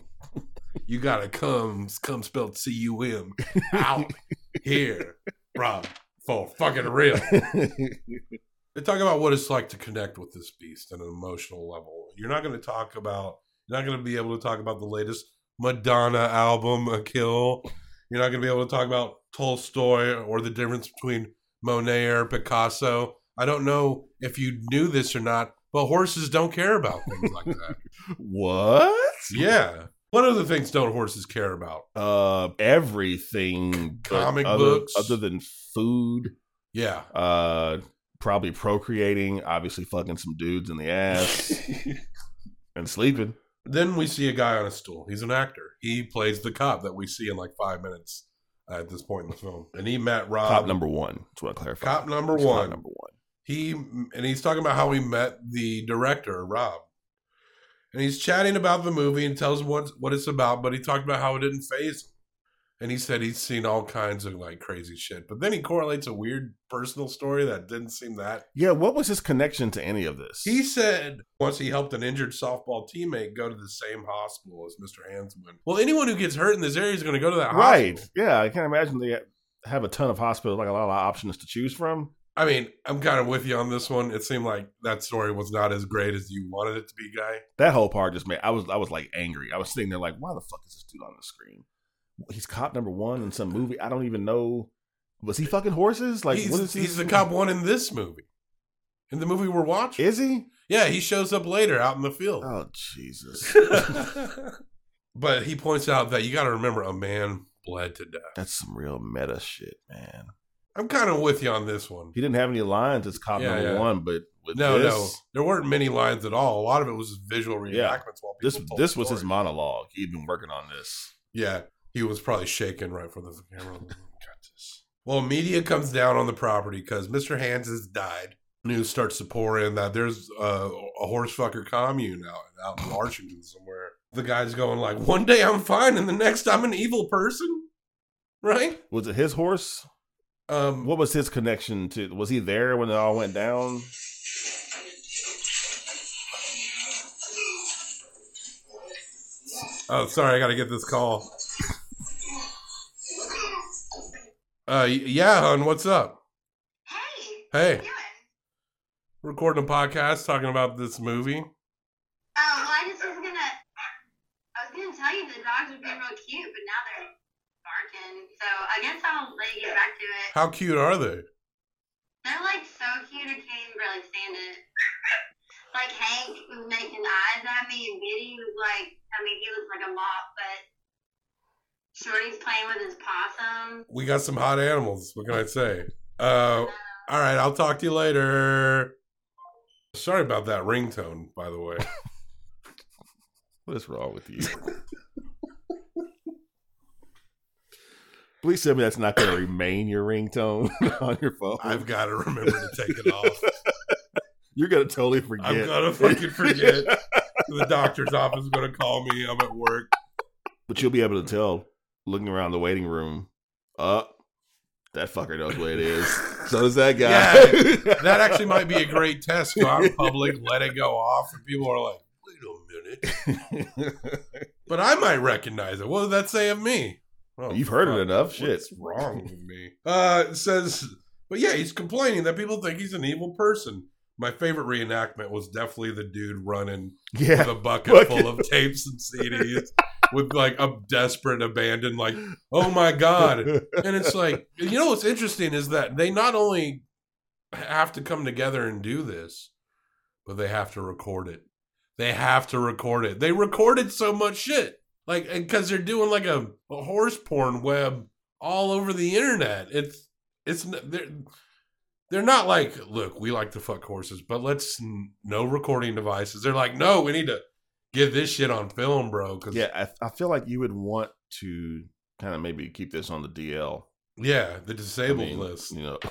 you gotta come, come spelled C U M, out here, bro, for fucking real." They talk about what it's like to connect with this beast on an emotional level. You're not going to talk about, you're not going to be able to talk about the latest Madonna album, A Kill. You're not going to be able to talk about Tolstoy or the difference between Monet or Picasso. I don't know if you knew this or not, but horses don't care about things like that. what? yeah. What other things don't horses care about? Uh, everything. but Comic other- books. Other than food. Yeah. uh probably procreating obviously fucking some dudes in the ass and sleeping Then we see a guy on a stool. He's an actor. He plays the cop that we see in like five minutes uh, at this point in the film. And he met Rob. cop number one that's what i clarify Um, Cop number It's not one. number one he and he's talking about how he met the director Rob, and he's chatting about the movie and tells him what what it's about. But he talked about how it didn't phase him, and he said he's seen all kinds of like crazy shit. But then he correlates a weird personal story that didn't seem that. yeah what was his connection to any of this He said once he helped an injured softball teammate go to the same hospital as Mr. Hansman. Well, anyone who gets hurt in this area is going to go to that right hospital. yeah i can't imagine they have a ton of hospitals like a lot of options to choose from I mean, I'm kind of with you on this one. It seemed like that story was not as great as you wanted it to be, guy. that whole part just made i was i was like angry i was sitting there like why the fuck is this dude on the screen he's cop number one in some movie i don't even know was he fucking horses like he's, what is he's the this- cop one in this movie, in the movie we're watching. is he yeah, he shows up later out in the field. oh jesus Oh. but he points out that you got to remember a man bled to death. That's some real meta shit, man. I'm kind of with you on this one. He didn't have any lines as cop Yeah, number yeah. one, but with No, this, no, there weren't many lines at all. A lot of it was visual reenactments. Yeah. while people this told this the was his story. monologue. He'd been working on this. Yeah, he was probably shaking right from the camera. Got this. Well, media comes down on the property because Mr. Hands has died. News starts to pour in that there's a, a horse fucker commune out, out in Washington somewhere. The guy's going like, one day I'm fine and the next I'm an evil person. right? Was it his horse? Um, What was his connection to? Was he there when it all went down? oh, sorry, I got to get this call. Uh, y- yeah, hon, what's up? Hey, Hey, how you doing? recording a podcast talking about this movie. Um, well, I just was gonna, I was gonna tell you the dogs would be real cute, but now they're barking. So I guess I'll let you get back to it. How cute are they? They're like so cute, I can't even really stand it. like Hank was making eyes at me, and Biddy was like, I mean, he looks like a mop, but Shorty's playing with his possum. We got some hot animals. What can I say? Uh, all right, I'll talk to you later. Sorry about that ringtone, by the way. What is wrong with you? Please tell me that's not going to remain your ringtone on your phone. I've got to remember to take it off. You're going to totally forget. I'm gonna fucking forget. the doctor's office is gonna call me. I'm at work. But you'll be able to tell looking around the waiting room. Uh, that fucker knows what it is. So does that guy. Yeah, that actually might be a great test. Go out in public, let it go off, and people are like, "Wait a minute!" But I might recognize it. What does that say of me? Oh, You've heard it enough. Shit. What's wrong with me? Uh, it says, but yeah, he's complaining that people think he's an evil person. My favorite reenactment was definitely the dude running with Yeah. a bucket, Bucket. full of tapes and CDs with like a desperate abandon, like, oh my God. And it's like, you know, what's interesting is that they not only have to come together and do this, but they have to record it. They have to record it. They recorded so much shit. Like, because they're doing like a, a horse porn web all over the internet. It's, it's, n- they're, they're not like, look, we like to fuck horses, but let's n- no recording devices. They're like, no, we need to get this shit on film, bro. Cause yeah, I, I feel like you would want to kind of maybe keep this on the DL. yeah, the disabled I mean, list. You know,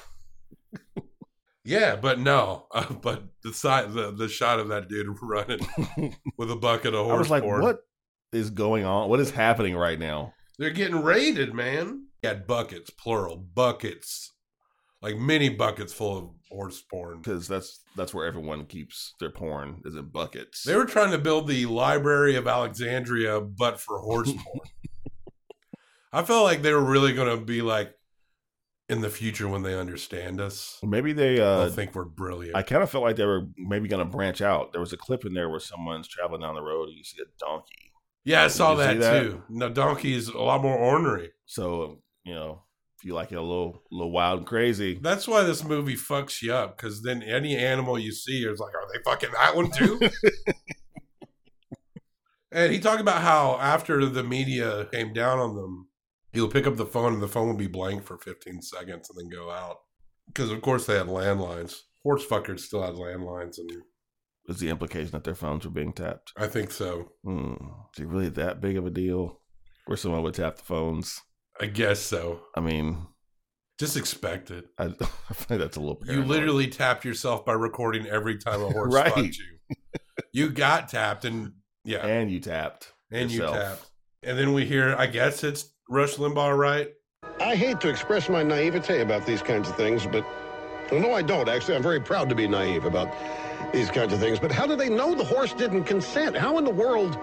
Yeah, but no, uh, but the side, the, the shot of that dude running with a bucket of I horse was like, porn. what is going on? What is happening right now? They're getting raided, man. He had buckets, plural, buckets, like mini buckets full of horse porn. Because that's that's where everyone keeps their porn is in buckets. They were trying to build the Library of Alexandria, but for horse porn. I felt like they were really going to be like, in the future when they understand us, maybe they. uh they'll think we're brilliant. I kind of felt like they were maybe going to branch out. There was a clip in there where someone's traveling down the road and you see a donkey. yeah, I Did saw you see that, that? too. Now donkey is a lot more ornery. So you know, if you like it a little, little wild and crazy, That's why this movie fucks you up because then any animal you see is like, are they fucking that one too? and he talked about how after the media came down on them, he would pick up the phone and the phone would be blank for 15 seconds and then go out because, of course, they had landlines. Horse fuckers still had landlines, and was the implication that their phones were being tapped? I think so. Hmm. Is it really that big of a deal? Where someone would tap the phones? I guess so. I mean, Just expect it. I, I think that's a little. You paranoid. literally tapped yourself by recording every time a horse Right. fucked you. You got tapped, and yeah. and you tapped And yourself. you tapped. And then we hear, I guess it's Rush Limbaugh, right? I hate to express my naivete about these kinds of things, but well, no, I don't actually. I'm very proud to be naive about these kinds of things. But how do they know the horse didn't consent? How in the world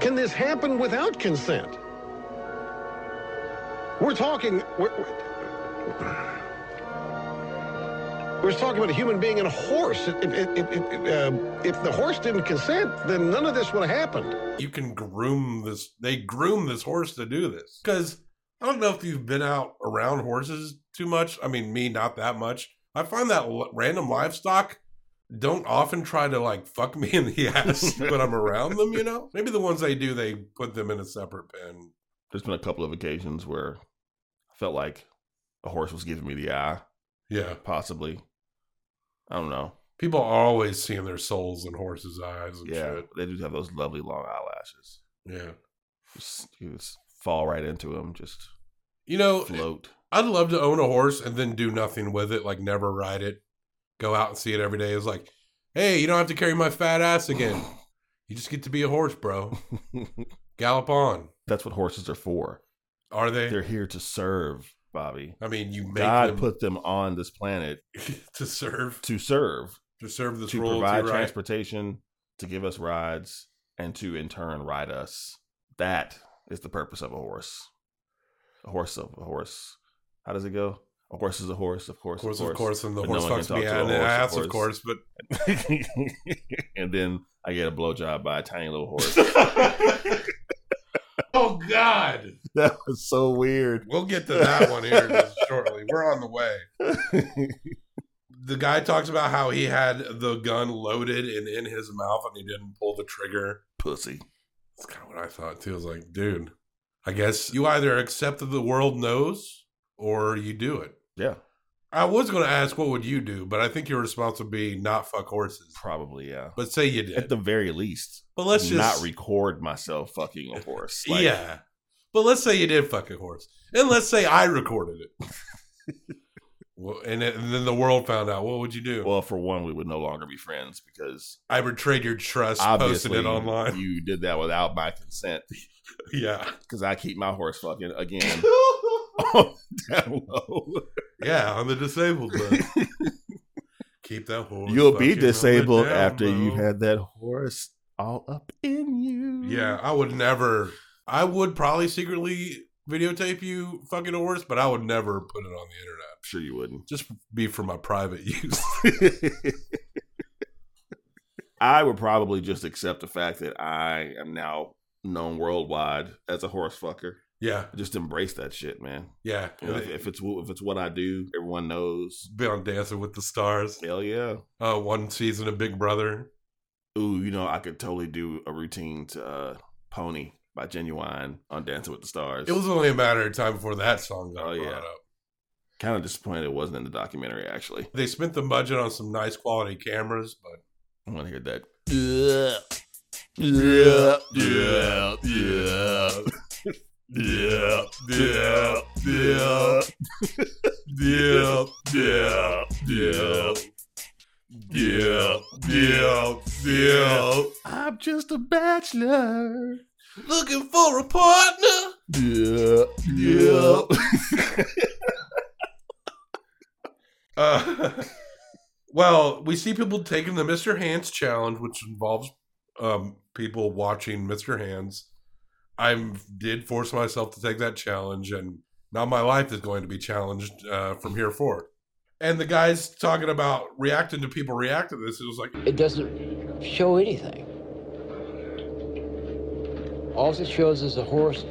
can this happen without consent? We're talking. We're, we're talking about a human being and a horse. If, if, if, if, uh, if the horse didn't consent, then none of this would have happened. You can groom this. They groom this horse to do this. Because I don't know if you've been out around horses too much. I mean, me, not that much. I find that l- random livestock don't often try to like fuck me in the ass when I'm around them, you know? Maybe the ones they do, they put them in a separate pen. There's been a couple of occasions where I felt like a horse was giving me the eye, Yeah. possibly. I don't know. People are always seeing their souls in horses' eyes and yeah, shit. they do have those lovely long eyelashes. Yeah. Just, you just fall right into them, just You know, float. I'd love to own a horse and then do nothing with it, like never ride it, go out and see it every day. It's like, hey, you don't have to carry my fat ass again. You just get to be a horse, bro. Gallop on. That's what horses are for. Are they? They're here to serve, Bobby. I mean, you make God them- put them on this planet to serve, to serve, to serve this to royalty, provide right? transportation, to give us rides, and to in turn ride us. That is the purpose of a horse. A horse of a horse. How does it go? A horse is a horse, of course, Of course, of of course, course, and the But horse no one fucks can me talk to a in the horse, ass, of course. But and then I get a blowjob by a tiny little horse. oh god, that was so weird. we'll get to that one here just shortly. We're on the way. The guy talks about how he had the gun loaded and in his mouth, and he didn't pull the trigger. Pussy. That's kind of what I thought too. I was like, dude, I guess you either accept that the world knows or you do it. Yeah. I was going to ask, what would you do? But I think your response would be not fuck horses. Probably, yeah. But say you did. At the very least. But let's just- not record myself fucking a horse. Like, yeah. But let's say you did fuck a horse. And let's say I recorded it. well, and, it- and then the world found out. What would you do? Well, for one, we would no longer be friends because I betrayed your trust, posted obviously it online. you did that without my consent. yeah. Because I keep my horse fucking again on down low. Yeah, on the disabled list. Keep that horse. You'll fucking be on the disabled down after low. you've had that horse all up in you. Yeah, I would never. I would probably secretly videotape you fucking a horse, but I would never put it on the internet. sure you wouldn't. Just be for my private use. I would probably just accept the fact that I am now known worldwide as a horse fucker. Yeah. Just embrace that shit, man. Yeah. You know, if, if it's wh- if it's what I do, everyone knows. Been on Dancing with the Stars. Hell yeah. Uh, one season of Big Brother. Ooh, you know, I could totally do a routine to uh, Pony by Genuine on Dancing with the Stars. It was only a matter of time before that song got Oh, brought yeah. up. kind of disappointed it wasn't in the documentary, actually. They spent the budget on some nice quality cameras, but I want to hear that. Yeah. Yeah, yeah, yeah. Yeah, yeah, yeah. Yeah, yeah, yeah. Yeah, yeah, yeah. I'm just a bachelor. Looking for a partner. Yeah, yeah. Uh, well, we see people taking the Mr. Hands challenge, which involves um, people watching Mr. Hands. I did force myself to take that challenge, and now my life is going to be challenged uh, from here forward. And the guys talking about reacting to people reacting to this, it was like, It doesn't show anything. All it shows is a horse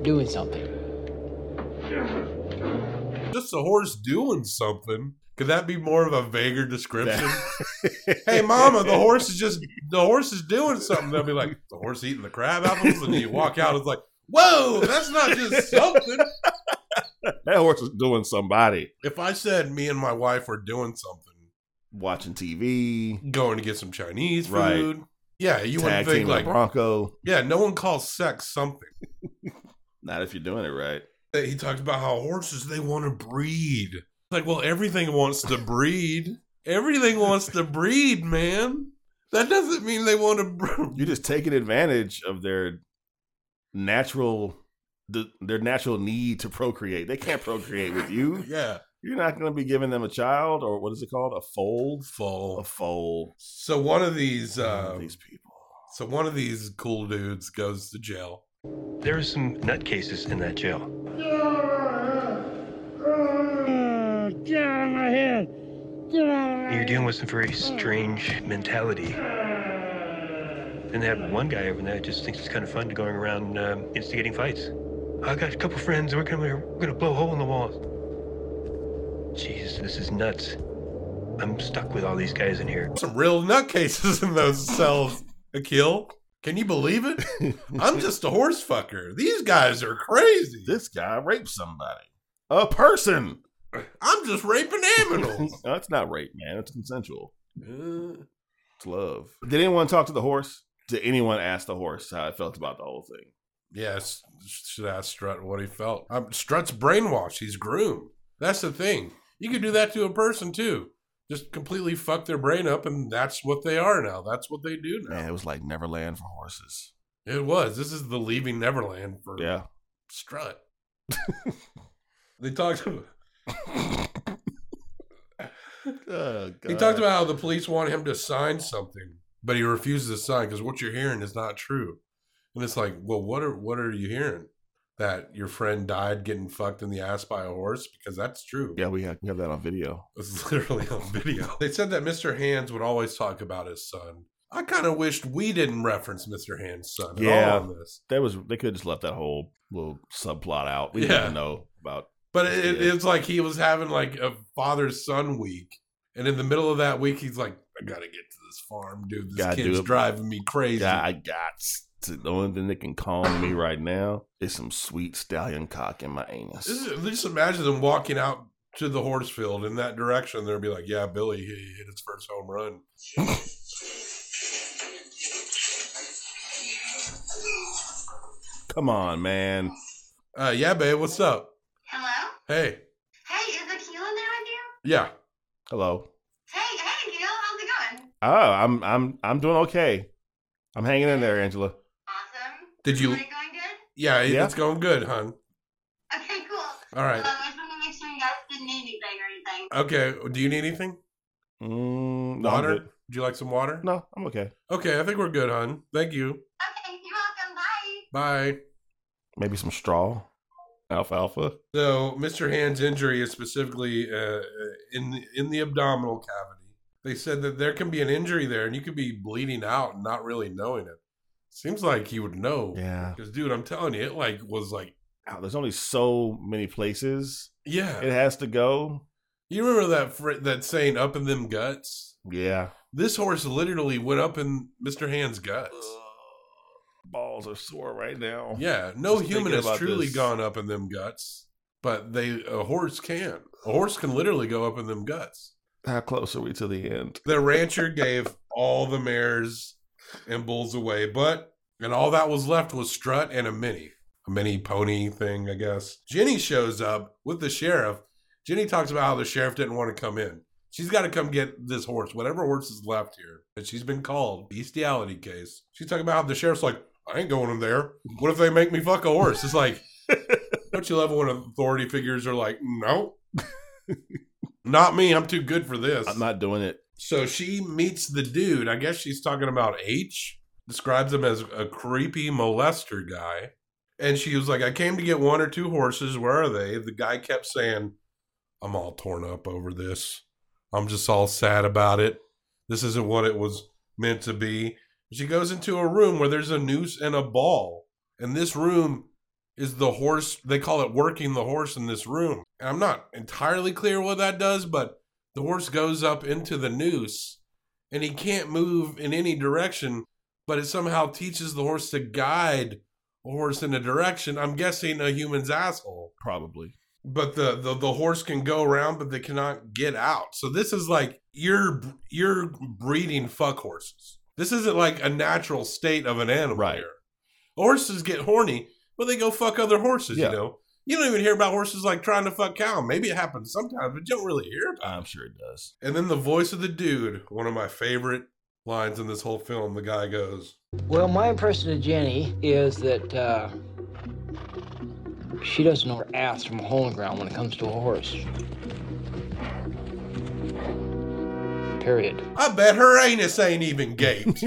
doing something. just a horse doing something. Could that be more of a vaguer description? hey, mama, the horse is just the horse is doing something. They'll be like the horse eating the crab apples, and then you walk out. It's like, whoa, that's not just something. That horse is doing somebody. If I said me and my wife were doing something, Watching TV. going to get some Chinese food, Right. yeah, you tag wouldn't team think with like, Bronco. yeah, no one calls sex something. Not if you're doing it right. He talked about how horses they want to breed. Like, well, everything wants to breed. Everything wants to breed, man. That doesn't mean they want to. Br- You're just taking advantage of their natural the, their natural need to procreate. They can't procreate with you. yeah, You're not going to be giving them a child or what is it called? A foal? full. A foal. So one of these, uh, These people. so one of these cool dudes goes to jail. There are some nutcases in that jail. Get out of my head. Get out You're dealing with some very strange mentality. Then they have one guy over there that just thinks it's kind of fun to going around um, instigating fights. I got a couple friends. We're gonna we're gonna blow a hole in the wall. Jesus, this is nuts. I'm stuck with all these guys in here. Some real nutcases in those cells. Akil, can you believe it? I'm just a horse fucker. These guys are crazy. This guy raped somebody. A person. I'm just raping animals. No, it's not rape, man. It's consensual. Uh, It's love. Did anyone talk to the horse? Did anyone ask the horse how it felt about the whole thing? yes, should ask Strut what he felt. Um, Strut's brainwashed. He's groomed. That's the thing. You could do that to a person too. Just completely fuck their brain up, and that's what they are now. That's what they do now. Man, it was like Neverland for horses. It was. This is the leaving Neverland for Yeah. strut. they talked. Oh, uh, He talked about how the police want him to sign something, but he refuses to sign because what you're hearing is not true. And it's like, well, what are what are you hearing? That your friend died getting fucked in the ass by a horse? Because that's true. Yeah, we have, we have that on video. It's literally on video. They said that Mr. Hands would always talk about his son. I kind of wished we didn't reference Mr. Hands' son at yeah, all on this. that was they could have just left that whole little subplot out. We Yeah. didn't know about. But this it, kid. it's like he was having like a father son week, and in the middle of that week, he's like, "I gotta get to this farm, dude. This Gotta do kid's it. driving me crazy." Yeah, I got to, the only thing that can calm me right now is some sweet stallion cock in my anus. This is- just imagine them walking out to the horse field in that direction. They'll be like, "Yeah, Billy, he hit his first home run." Come on, man. Uh, yeah, babe, what's up? Hello? Hey, Hey, is Akila there with you? yeah. Hello. Hey, hey, Gil, how's it going? Oh, I'm I'm I'm doing okay. I'm hanging in there, Angela. Awesome. Did you- Is it going good? Yeah, Yeah. it's going good, hon. Okay, cool. All right. Uh, I just want to make sure you guys didn't need anything or anything. Okay, do you need anything? Mm, no, I'm Water? good. Would you like some water? No, I'm okay. Okay, I think we're good, hon. Thank you. Okay, you're welcome. Bye. Bye. Maybe some straw, alfalfa. So Mr. Hand's injury is specifically uh, in the, in the abdominal cavity. They said that there can be an injury there, and you could be bleeding out and not really knowing it. Seems like you would know, Yeah. because dude, I'm telling you, it like was like Ow, there's only so many places yeah. it has to go. You remember that fr- that saying "up in them guts"? Yeah. This horse literally went up in Mr. Hand's guts. Balls are sore right now. Yeah, no Just human thinking has about truly this. gone up in them guts, but they a horse can. A horse can literally go up in them guts. How close are we to the end? the rancher gave all the mares and bulls away, but and all that was left was strut and a mini, a mini pony thing, I guess. Jenny shows up with the sheriff. Jenny talks about how the sheriff didn't want to come in. She's got to come get this horse, whatever horse is left here. And she's been called bestiality case. She's talking about how the sheriff's like, I ain't going in there. What if they make me fuck a horse? It's like, don't you love it when authority figures are like, no, not me. I'm too good for this. I'm not doing it. So she meets the dude. I guess she's talking about H. Describes him as a creepy molester guy. And she was like, I came to get one or two horses. Where are they? The guy kept saying, I'm all torn up over this. I'm just all sad about it. This isn't what it was meant to be. She goes into a room where there's a noose and a ball. And this room is the horse. They call it working the horse in this room. And I'm not entirely clear what that does, but the horse goes up into the noose and he can't move in any direction, but it somehow teaches the horse to guide a horse in a direction. I'm guessing a human's asshole. Probably. But the, the, the horse can go around, but they cannot get out. So this is like you're you're breeding fuck horses. This isn't like a natural state of an animal Right. here. Horses get horny, but they go fuck other horses, Yeah. you know. You don't even hear about horses like trying to fuck cow. Maybe it happens sometimes, but you don't really hear about it. I'm sure it does. And then the voice of the dude, one of my favorite lines in this whole film, the guy goes, Well, my impression of Jenny is that uh, she doesn't know her ass from a hole in the ground when it comes to a horse. Period. I bet her anus ain't even gaped.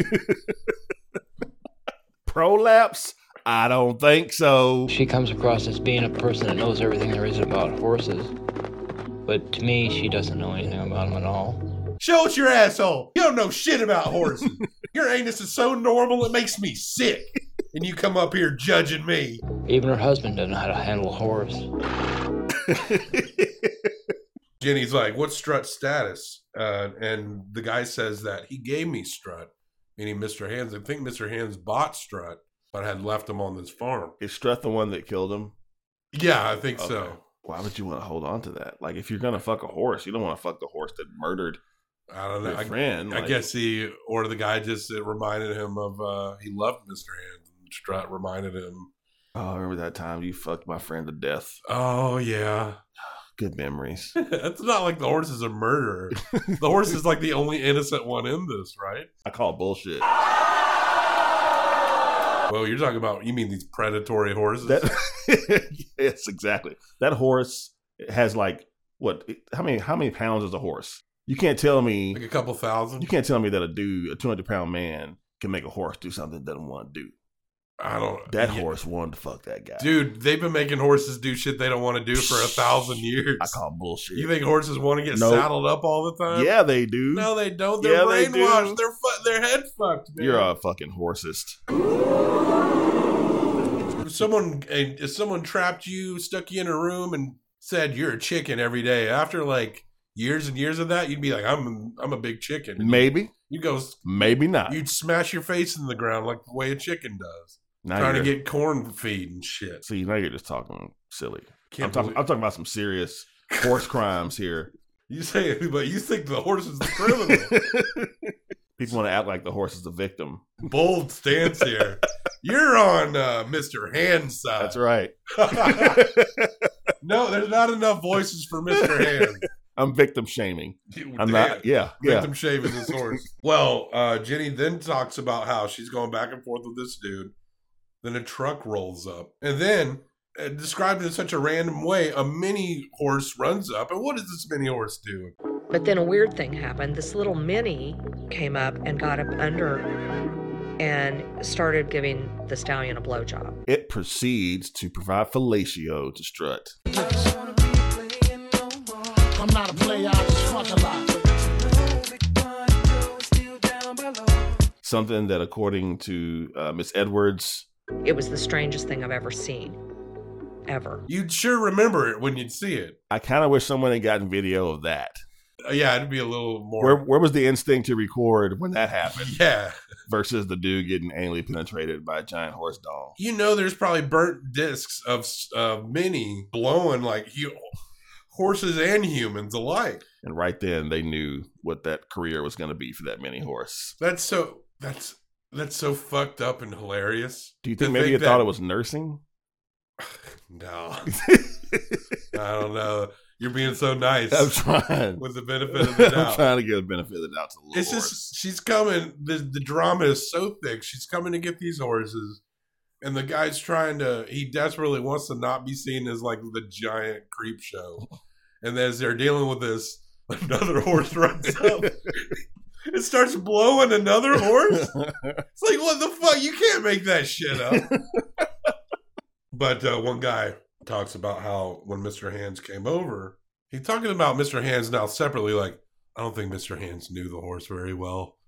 Prolapse? I don't think so. She comes across as being a person that knows everything there is about horses, but to me, she doesn't know anything about them at all. Show us your asshole. You don't know shit about horses. your anus is so normal, it makes me sick. And you come up here judging me. Even her husband doesn't know how to handle a horse. Jenny's like, What's Strut's status? Uh, and the guy says that he gave me Strut, meaning Mr. Hands. I think Mr. Hands bought Strut, but had left him on this farm. Is Strut the one that killed him? Yeah, I think Okay. so. Why would you want to hold on to that? Like, if you're gonna fuck a horse, you don't want to fuck the horse that murdered I don't know. your I- friend. I like- guess he or the guy just it reminded him of uh he loved Mr. Hand and Strut reminded him. Oh, I remember that time you fucked my friend to death. Oh yeah. Good memories. That's not like the horse is a murderer. the horse is like the only innocent one in this, right? I call bullshit. Well, you're talking about, you mean these predatory horses? yes, exactly. That horse has like what? How many? How many pounds is a horse? You can't tell me like a couple thousand. You can't tell me that a dude, a two hundred pound man, can make a horse do something it doesn't want to do. I don't. That horse wanted to fuck that guy. Dude, they've been making horses do shit they don't want to do for a thousand years. I call bullshit. You think horses want to get Nope. saddled up all the time? Yeah, they do. No, they don't. They're Yeah, they do. brainwashed. They're fu- their head fucked, man. You're a fucking horsist. If someone eh, if someone trapped you, stuck you in a room, and said you're a chicken every day, after like years and years of that, you'd be like, I'm I'm a big chicken. Maybe, You go, maybe not. you'd smash your face in the ground like the way a chicken does, Now trying to you're- get corn feed and shit. See, now you're just talking silly. Can't I'm talking. believe- I'm talking about some serious horse crimes here. You say, but you think the horse is the criminal. People want to act like the horse is the victim. Bold stance here. You're on uh, Mr. Hand's side. That's right. No, there's not enough voices for Mr. Hand. I'm victim shaming. You I'm damn. not. Yeah, yeah. Victim shaving his horse. well, uh, Jenny then talks about how she's going back and forth with this dude. Then a truck rolls up, and then uh, described in such a random way, a mini horse runs up. And what is this mini horse doing? But then a weird thing happened. This little mini came up and got up under and started giving the stallion a blowjob. It proceeds to provide fellatio to Strut. I'm not a player, I just fuck a lot. Something that, according to uh, Miss Edwards, It was the strangest thing I've ever seen. Ever. You'd sure remember it when you'd see it. I kind of wish someone had gotten video of that. Uh, yeah, it'd be a little more. Where where was the instinct to record when that happened? Yeah. Versus the dude getting anally penetrated by a giant horse doll. you know, there's probably burnt discs of s- uh, mini blowing like hu- horses and humans alike. And right then they knew what that career was going to be for that mini horse. That's so that's that's so fucked up and hilarious. Do you To think maybe think you thought that- it was nursing? No. I don't know. You're being so nice. I'm trying. With the benefit of the I'm doubt. trying to give the benefit of the doubt to the it's Lord. just she's coming the the drama is so thick. She's coming to get these horses. And the guy's trying to he desperately wants to not be seen as like the giant creep show. And as they're dealing with this, another horse runs up. It starts blowing another horse. It's like, what the fuck? You can't make that shit up. But uh, one guy talks about how when Mr. Hands came over, he's talking about Mr. Hands now separately. Like, I don't think Mr. Hands knew the horse very well,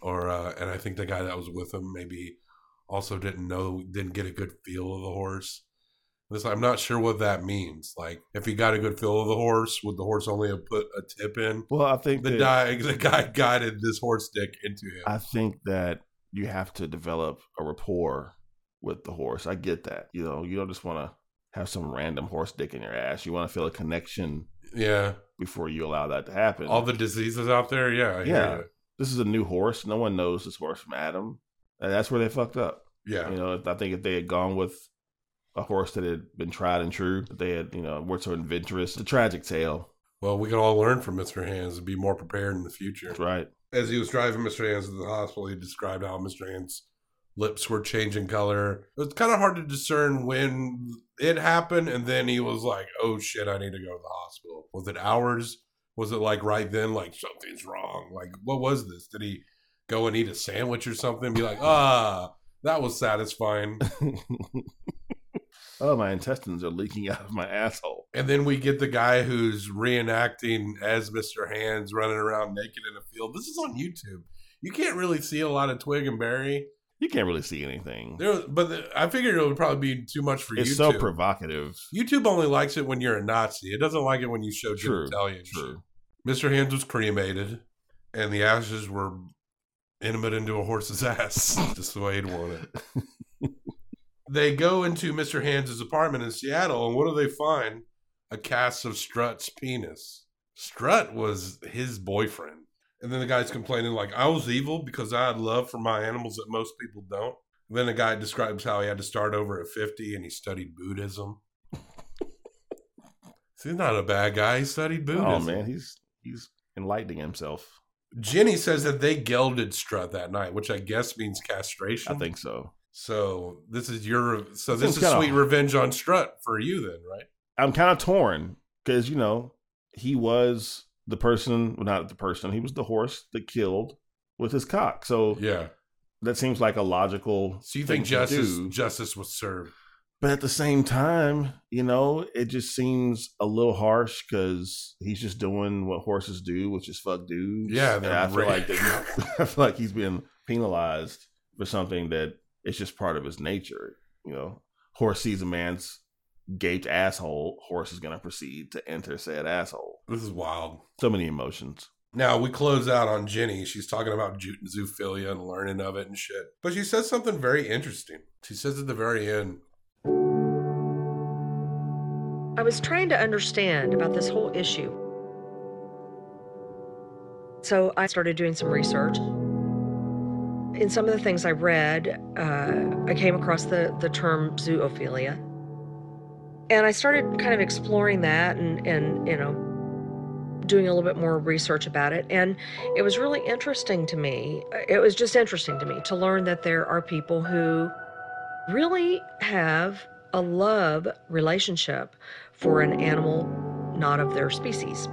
or uh, and I think the guy that was with him maybe also didn't know, didn't get a good feel of the horse. This, I'm not sure what that means. Like, if he got a good feel of the horse, would the horse only have put a tip in? Well, I think the that- guy, the guy guided this horse dick into him. I think that you have to develop a rapport with the horse. I get that. You know, you don't just want to have some random horse dick in your ass. You want to feel a connection. Yeah. Before you allow that to happen. All the diseases out there, yeah, I hear yeah. ya. This is a new horse. No one knows this horse from Adam. And that's where they fucked up. Yeah. You know, I think if they had gone with a horse that had been tried and true, that they had, you know, weren't so adventurous. The tragic tale. Well, we can all learn from Mr. Hands and be more prepared in the future. That's right. As he was driving Mr. Hands to the hospital, he described how Mr. Hands' lips were changing color. It was kind of hard to discern when it happened, and then he was like, oh shit, I need to go to the hospital. Was it hours? Was it like right then, like something's wrong? Like, what was this? Did he go and eat a sandwich or something? be like, ah, that was satisfying. Oh, my intestines are leaking out of my asshole. And then we get the guy who's reenacting as Mr. Hands running around naked in a field. This is on YouTube. You can't really see a lot of Twig and Berry. You can't really see anything. There, but the, I figured it would probably be too much for It's YouTube. so provocative. YouTube only likes it when you're a Nazi. It doesn't like it when you show True, Italian shit. Mr. Hands was cremated, and the ashes were intimate into a horse's ass. Just the way he'd want it. they go into Mr. Hands' apartment in Seattle, and what do they find? A cast of Strut's penis. Strut was his boyfriend. And then the guy's complaining, like, I was evil because I had love for my animals that most people don't. And then the guy describes how he had to start over at 50 and he studied Buddhism. So he's not a bad guy. He studied Buddhism. Oh man, he's he's enlightening himself. Jenny says that they gelded Strut that night, which I guess means castration. I think so. So this is your so this Seems is kinda- sweet revenge on Strut for you then, right? I'm kind of torn because you know he was the person, well, not the person. He was the horse that killed with his cock. So yeah, that seems like a logical. So you think thing to justice do. justice was served? But at the same time, you know, it just seems a little harsh because he's just doing what horses do, which is fuck dudes. Yeah, and they're I feel ra- like that, I feel like he's been penalized for something that it's just part of his nature. You know, horse sees a man's gaped asshole, horse is going to proceed to enter said asshole. This is wild. So many emotions. Now we close out on Jenny. She's talking about ju- zoophilia and learning of it and shit. But she says something very interesting. She says at the very end, I was trying to understand about this whole issue. So I started doing some research. In some of the things I read, uh, I came across the, the term zoophilia. And I started kind of exploring that and, and, you know, doing a little bit more research about it. And it was really interesting to me. It was just interesting to me to learn that there are people who really have a love relationship for an animal not of their species.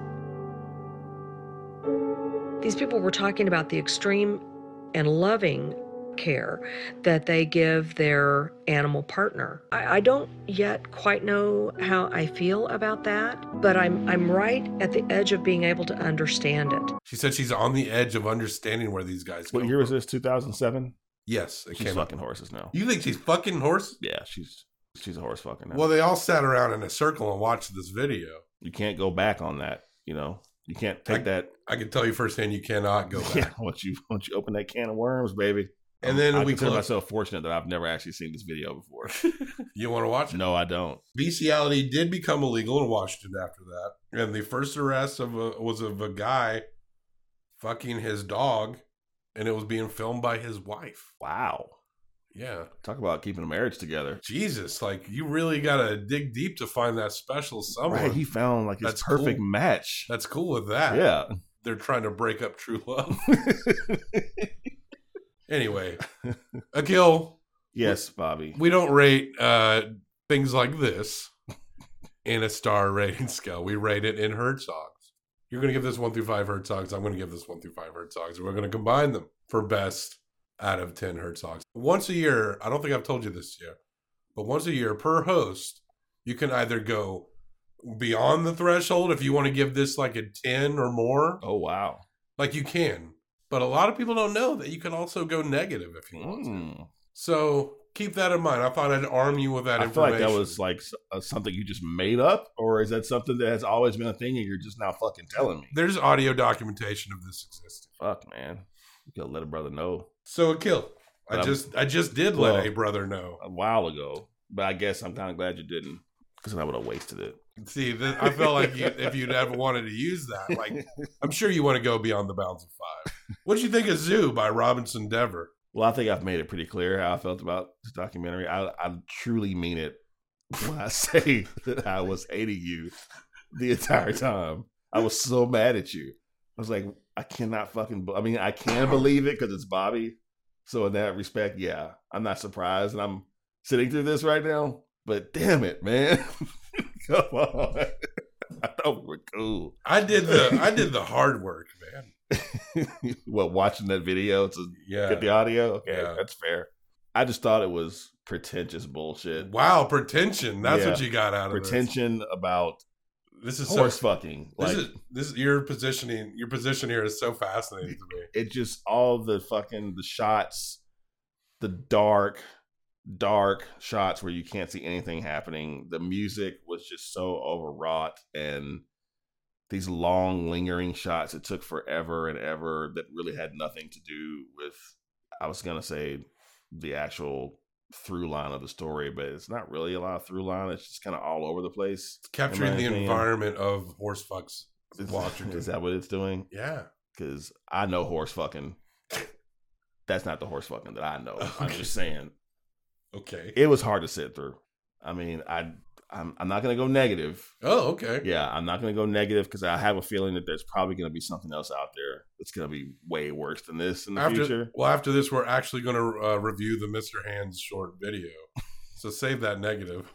These people were talking about the extreme and loving care that they give their animal partner. I, I don't yet quite know how I feel about that, but I'm I'm right at the edge of being able to understand it. she said she's on the edge of understanding where these guys. What year was this? 2007? Yes, it she's came fucking up. horses now. You think she's fucking horse? Yeah, she's she's a horse fucking now. Well, they all sat around in a circle and watched this video. you can't go back on that. You know, you can't take that. I can tell you firsthand, you cannot go back. Yeah, once you once you open that can of worms, baby. And then I we consider close- myself fortunate that I've never actually seen this video before. You want to watch it? No, I don't. Bestiality did become illegal in Washington after that, and the first arrest of a, was of a guy fucking his dog, and it was being filmed by his wife. Wow. Yeah. Talk about keeping a marriage together. Jesus, like you really gotta dig deep to find that special someone. Right, he found like his Oh, That's perfect cool. match. That's cool with that. Yeah. They're trying to break up true love. anyway, Akil. Yes, Bobby. We don't rate uh, things like this in a star rating scale. We rate it in Herzogs. You're going to give this one through five Herzogs. I'm going to give this one through five Herzogs. And we're going to combine them for best out of 10 Herzogs. Once a year, I don't think I've told you this yet, but once a year per host, you can either go beyond the threshold if you want to give this like a 10 or more. Oh, wow. Like you can. But a lot of people don't know that you can also go negative if you want to. So keep that in mind. I thought I'd arm you with that I feel information. like that was like s- uh, something you just made up, or is that something that has always been a thing and you're just now fucking telling me? There's audio documentation of this existing. Fuck, man. You gotta let a brother know. So Akil, I But I'm- just I just did Um, Well, let a brother know. a while ago, but I guess I'm kind of glad you didn't because I would have wasted it. See, th- I felt like you, if you'd ever wanted to use that, like I'm sure you want to go beyond the bounds of five. What do you think of Zoo by Robinson Dever? Well, I think I've made it pretty clear how I felt about this documentary. I, I truly mean it when I say that I was hating you the entire time. I was so mad at you. I was like, I cannot fucking. be- I mean, I can believe it because it's Bobby. So in that respect, yeah, I'm not surprised, and I'm sitting through this right now. But damn it, man, come on! I thought we were cool. I did the I did the hard work, man. what watching that video to Yeah. get the audio. Okay, Yeah. that's fair. I just thought it was pretentious bullshit. Wow, pretension. That's what you got out of this. pretension about This is so- horse fucking. Like This is this is your positioning. Your position here is so fascinating to me. it just all the fucking the shots, the dark, dark shots where you can't see anything happening. The music was just so overwrought and these long lingering shots it took forever and ever that really had nothing to do with I was gonna say the actual through line of the story, but it's not really a lot of through line. It's just kind of all over the place. in Capturing my the opinion. environment of horse fucks Is- Washington. Is that what it's doing? Yeah. Because I know horse fucking. That's not the horse fucking that I know. I'm just saying Okay. it was hard to sit through. I mean, I I'm, I'm not going to go negative. Oh, okay. Yeah, I'm not going to go negative because I have a feeling that there's probably going to be something else out there that's going to be way worse than this in the after, future. Well, after this, we're actually going to uh, review the Mr. Hands short video. so save that negative.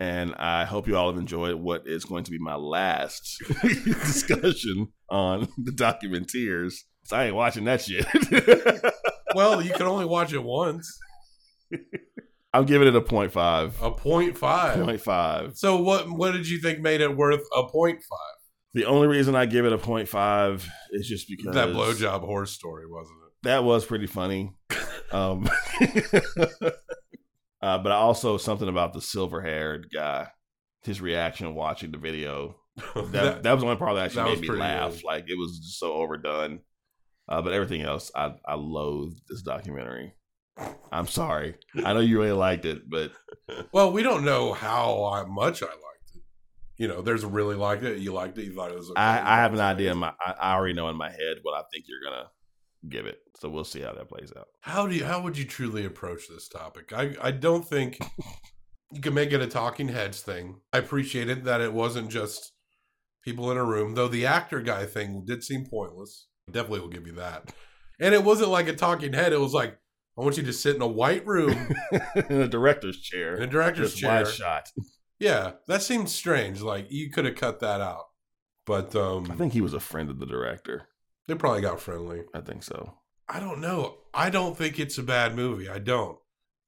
And I hope you all have enjoyed what is going to be my last discussion on the documenteers. So I ain't watching that shit. well, you can only watch it once. I'm giving it a point five. A point five. Point five. So what what did you think made it worth a point five? The only reason I give it a point five is just because that blowjob horse story wasn't it? That was pretty funny. um, uh, but also something about the silver haired guy, his reaction watching the video. That, that, that was the only part that actually that made was me pretty laugh. good. Like it was just so overdone. Uh, but everything else, I I loathed this documentary. I'm sorry. I know you really liked it, but Well, we don't know how I, much I liked it. You know, there's really liked it. You liked it. You thought it was. Okay. I, I have an idea. In my, I, I already know in my head what I think you're gonna give it. So we'll see how that plays out. How do you, how would you truly approach this topic? I I don't think you can make it a talking heads thing. I appreciated that it wasn't just people in a room, though the actor guy thing did seem pointless. Definitely will give you that. And it wasn't like a talking head. It was like I want you to sit in a white room, in a director's chair, In a director's Just wide chair. shot. Yeah, that seems strange. Like you could have cut that out, but um, I think he was a friend of the director. they probably got friendly. I think so. I don't know. I don't think it's a bad movie. I don't,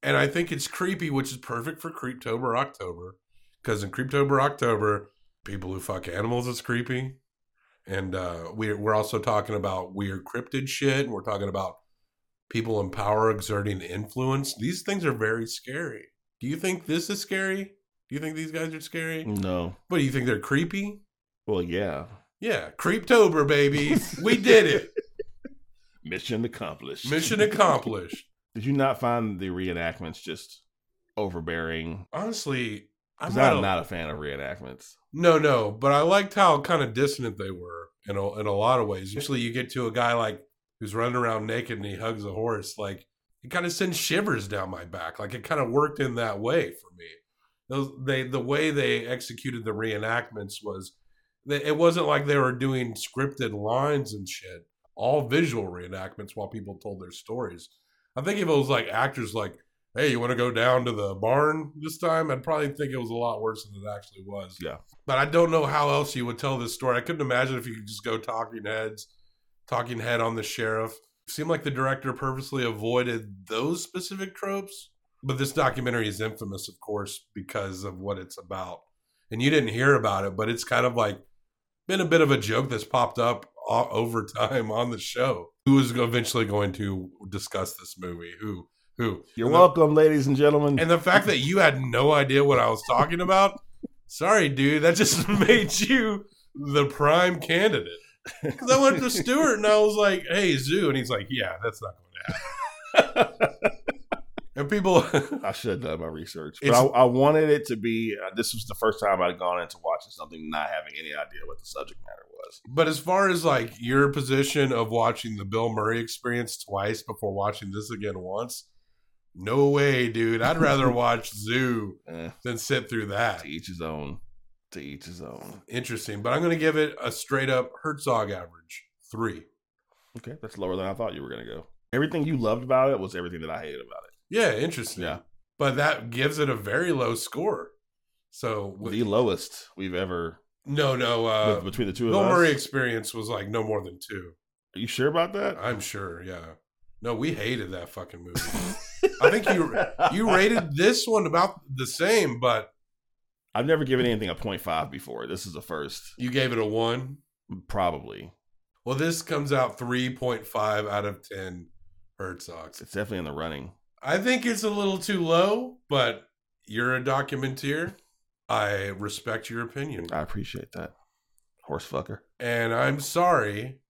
and I think it's creepy, which is perfect for Creeptober October, because in Creeptober October, people who fuck animals is creepy, and uh, we're we're also talking about weird cryptid shit, and we're talking about people in power exerting influence. These things are very scary. Do you think this is scary? Do you think these guys are scary? Mm. No. What do you think they're creepy? Well, yeah. Yeah, Creeptober, baby. We did it. Mission accomplished. Mission accomplished. Did you not find the reenactments just overbearing? Honestly, I'm 'Cause not, I'm a- not a fan of reenactments. No, no, but I liked how kind of dissonant they were in a, in a lot of ways. Usually, you get to a guy like who's running around naked and he hugs a horse. Like it kind of sends shivers down my back. Like it kind of worked in that way for me. Those they the way they executed the reenactments was they, it wasn't like they were doing scripted lines and shit. All visual reenactments while people told their stories. I think if it was like actors like, "Hey, you want to go down to the barn this time?" I'd probably think it was a lot worse than it actually was. Yeah. But I don't know how else you would tell this story. I couldn't imagine if you could just go talking heads, talking head on the sheriff. seemed like the director purposely avoided those specific tropes. But this documentary is infamous, of course, because of what it's about. And you didn't hear about it, but it's kind of like been a bit of a joke that's popped up o- over time on the show. Who is eventually going to discuss this movie? Who? Who? You're And the- welcome, ladies and gentlemen. and the fact that you had no idea what I was talking about, sorry, dude, that just made you the prime candidate. Because I went to Stewart and I was like, hey, Zoo. And he's like, yeah, that's not going to happen. and people, I should have done my research, but It's- I, I wanted it to be. Uh, this was the first time I'd gone into watching something not having any idea what the subject matter was. but as far as like your position of watching the Bill Murray experience twice before watching this again once, no way, dude. I'd rather watch Zoo Eh, than sit through that. to each his own. To each his own. Interesting. But I'm going to give it a straight up Herzog average three. Okay, that's lower than I thought you were gonna go. Everything you loved about it was everything that I hated about Yeah, interesting. Yeah. But that gives it a very low score. So it. with, The lowest we've ever no, no, uh with- between the two of Bill us. Murray experience was like no more than two. Are you sure about that? I'm sure, yeah. No, we hated that fucking movie. I think you you rated this one about the same, but I've never given anything a point five before. This is the first, you gave it a one. probably. Well, this comes out three point five out of ten Hertzogs. It's definitely in the running. I think it's a little too low, but you're a documenteer. I respect your opinion. I appreciate that. Horse fucker. and I'm sorry.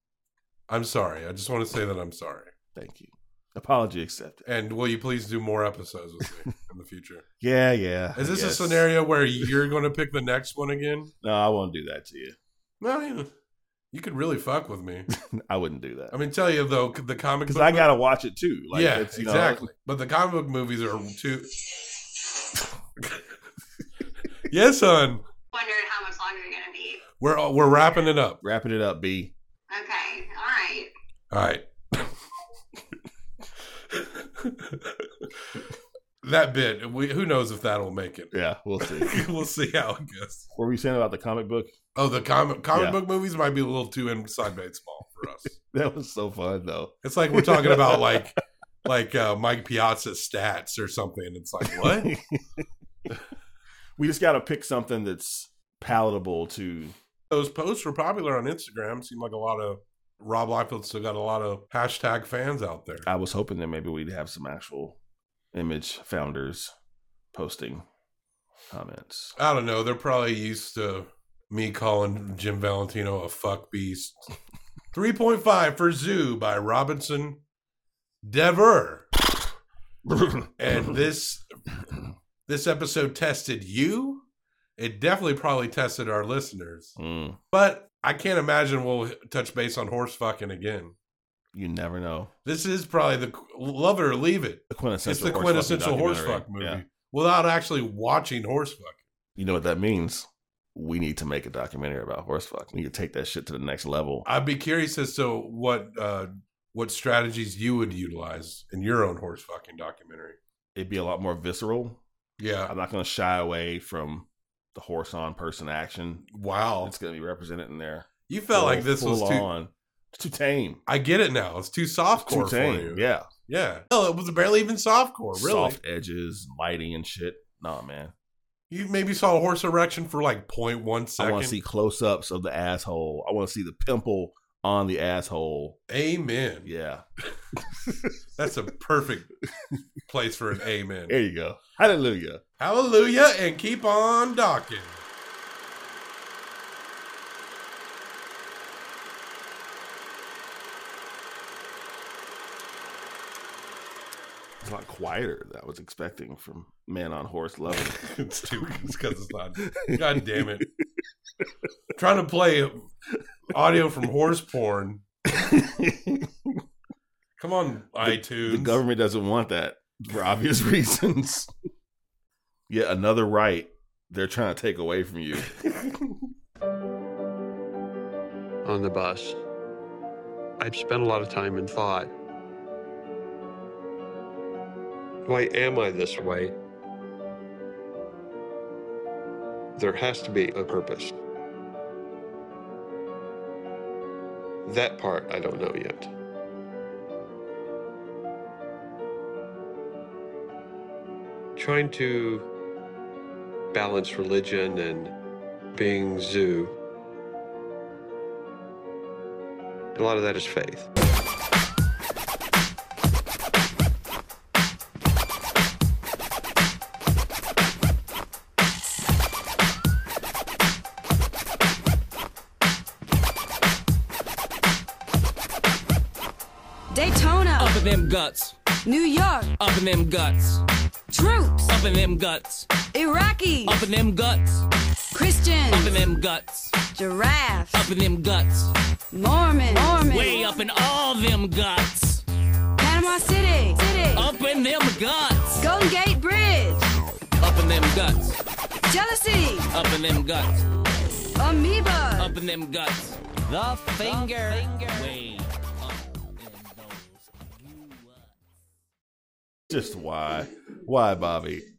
I'm sorry. I just want to say that I'm sorry. Thank you. Apology accepted. And will you please do more episodes with me in the future? Yeah, yeah. I Is this a guess. scenario where you're going to pick the next one again? No, I won't do that to you. No, you- you could really fuck with me. I wouldn't do that I mean, tell you though, the comic because book I mo- gotta watch it too. yeah, it's, you know, exactly. But the comic book movies are too. Yes, hon. Wondered how much longer you're gonna be. We're we're wrapping it up. Wrapping it up, B. Okay, all right. All right. that bit, we, who knows if that'll make it? Yeah, we'll see. we'll see how it goes. What were you saying about the comic book? Oh, the comic comic Yeah. book movies might be a little too inside bait small for us. That was so fun though. It's like we're talking about like like uh, Mike Piazza stats or something. It's like what? we just got to pick something that's palatable to. Those posts were popular on Instagram. Seemed like a lot of Rob Liefeld still got a lot of hashtag fans out there. I was hoping that maybe we'd have some actual image founders posting comments. I don't know. They're probably used to me calling Jim Valentino a fuck beast. 3.5 for Zoo by Robinson Dever. and this this episode tested you. It definitely probably tested our listeners. Mm, But I can't imagine we'll touch base on horse fucking again. you never know. This is probably the love it or leave it. The quintessential It's the horse fucking quintessential horse documentary. fuck movie Yeah. without actually watching horse fuck. You know what that means? We need to make a documentary about horse fuck. We need to take that shit to the next level. I'd be curious as to what uh, what strategies you would utilize in your own horse fucking documentary. It'd be a lot more visceral. Yeah. I'm not going to shy away from the horse on person action. Wow. It's going to be represented in there. You felt like this was full too- on. It's too tame. I get it now. It's too softcore Too for tame. you. Yeah. Yeah. Hell, it was barely even softcore, really. Soft edges, lighting and shit. Nah, man. You maybe saw a horse erection for like 0.1 I second. want to see close ups of the asshole. I want to see the pimple on the asshole. Amen. Yeah. That's a perfect place for an amen. There you go. Hallelujah. Hallelujah and keep on docking. It's a lot quieter than I was expecting from Man on Horse Love. It's too it's because it's not. God damn it! Trying to play audio from horse porn. Come on, iTunes. The government doesn't want that for obvious reasons. Yet another right they're trying to take away from you. on the bus. I've spent a lot of time in thought. Why am I this way? There has to be a purpose. That part I don't know yet. Trying to balance religion and being zoo. A lot of that is faith. Daytona. Up in them guts. New York. Up in them guts. Troops. Up in them guts. Iraqi. Up in them guts. Christians. Up in them guts. Giraffe. Up in them guts. Mormon. Mormon. Way up in all them guts. Panama City. City. Up in them guts. Golden Gate Bridge. Up in them guts. Jealousy. Up in them guts. Amoeba. Up in them guts. The finger. Way up. Just why? Why, Bobby?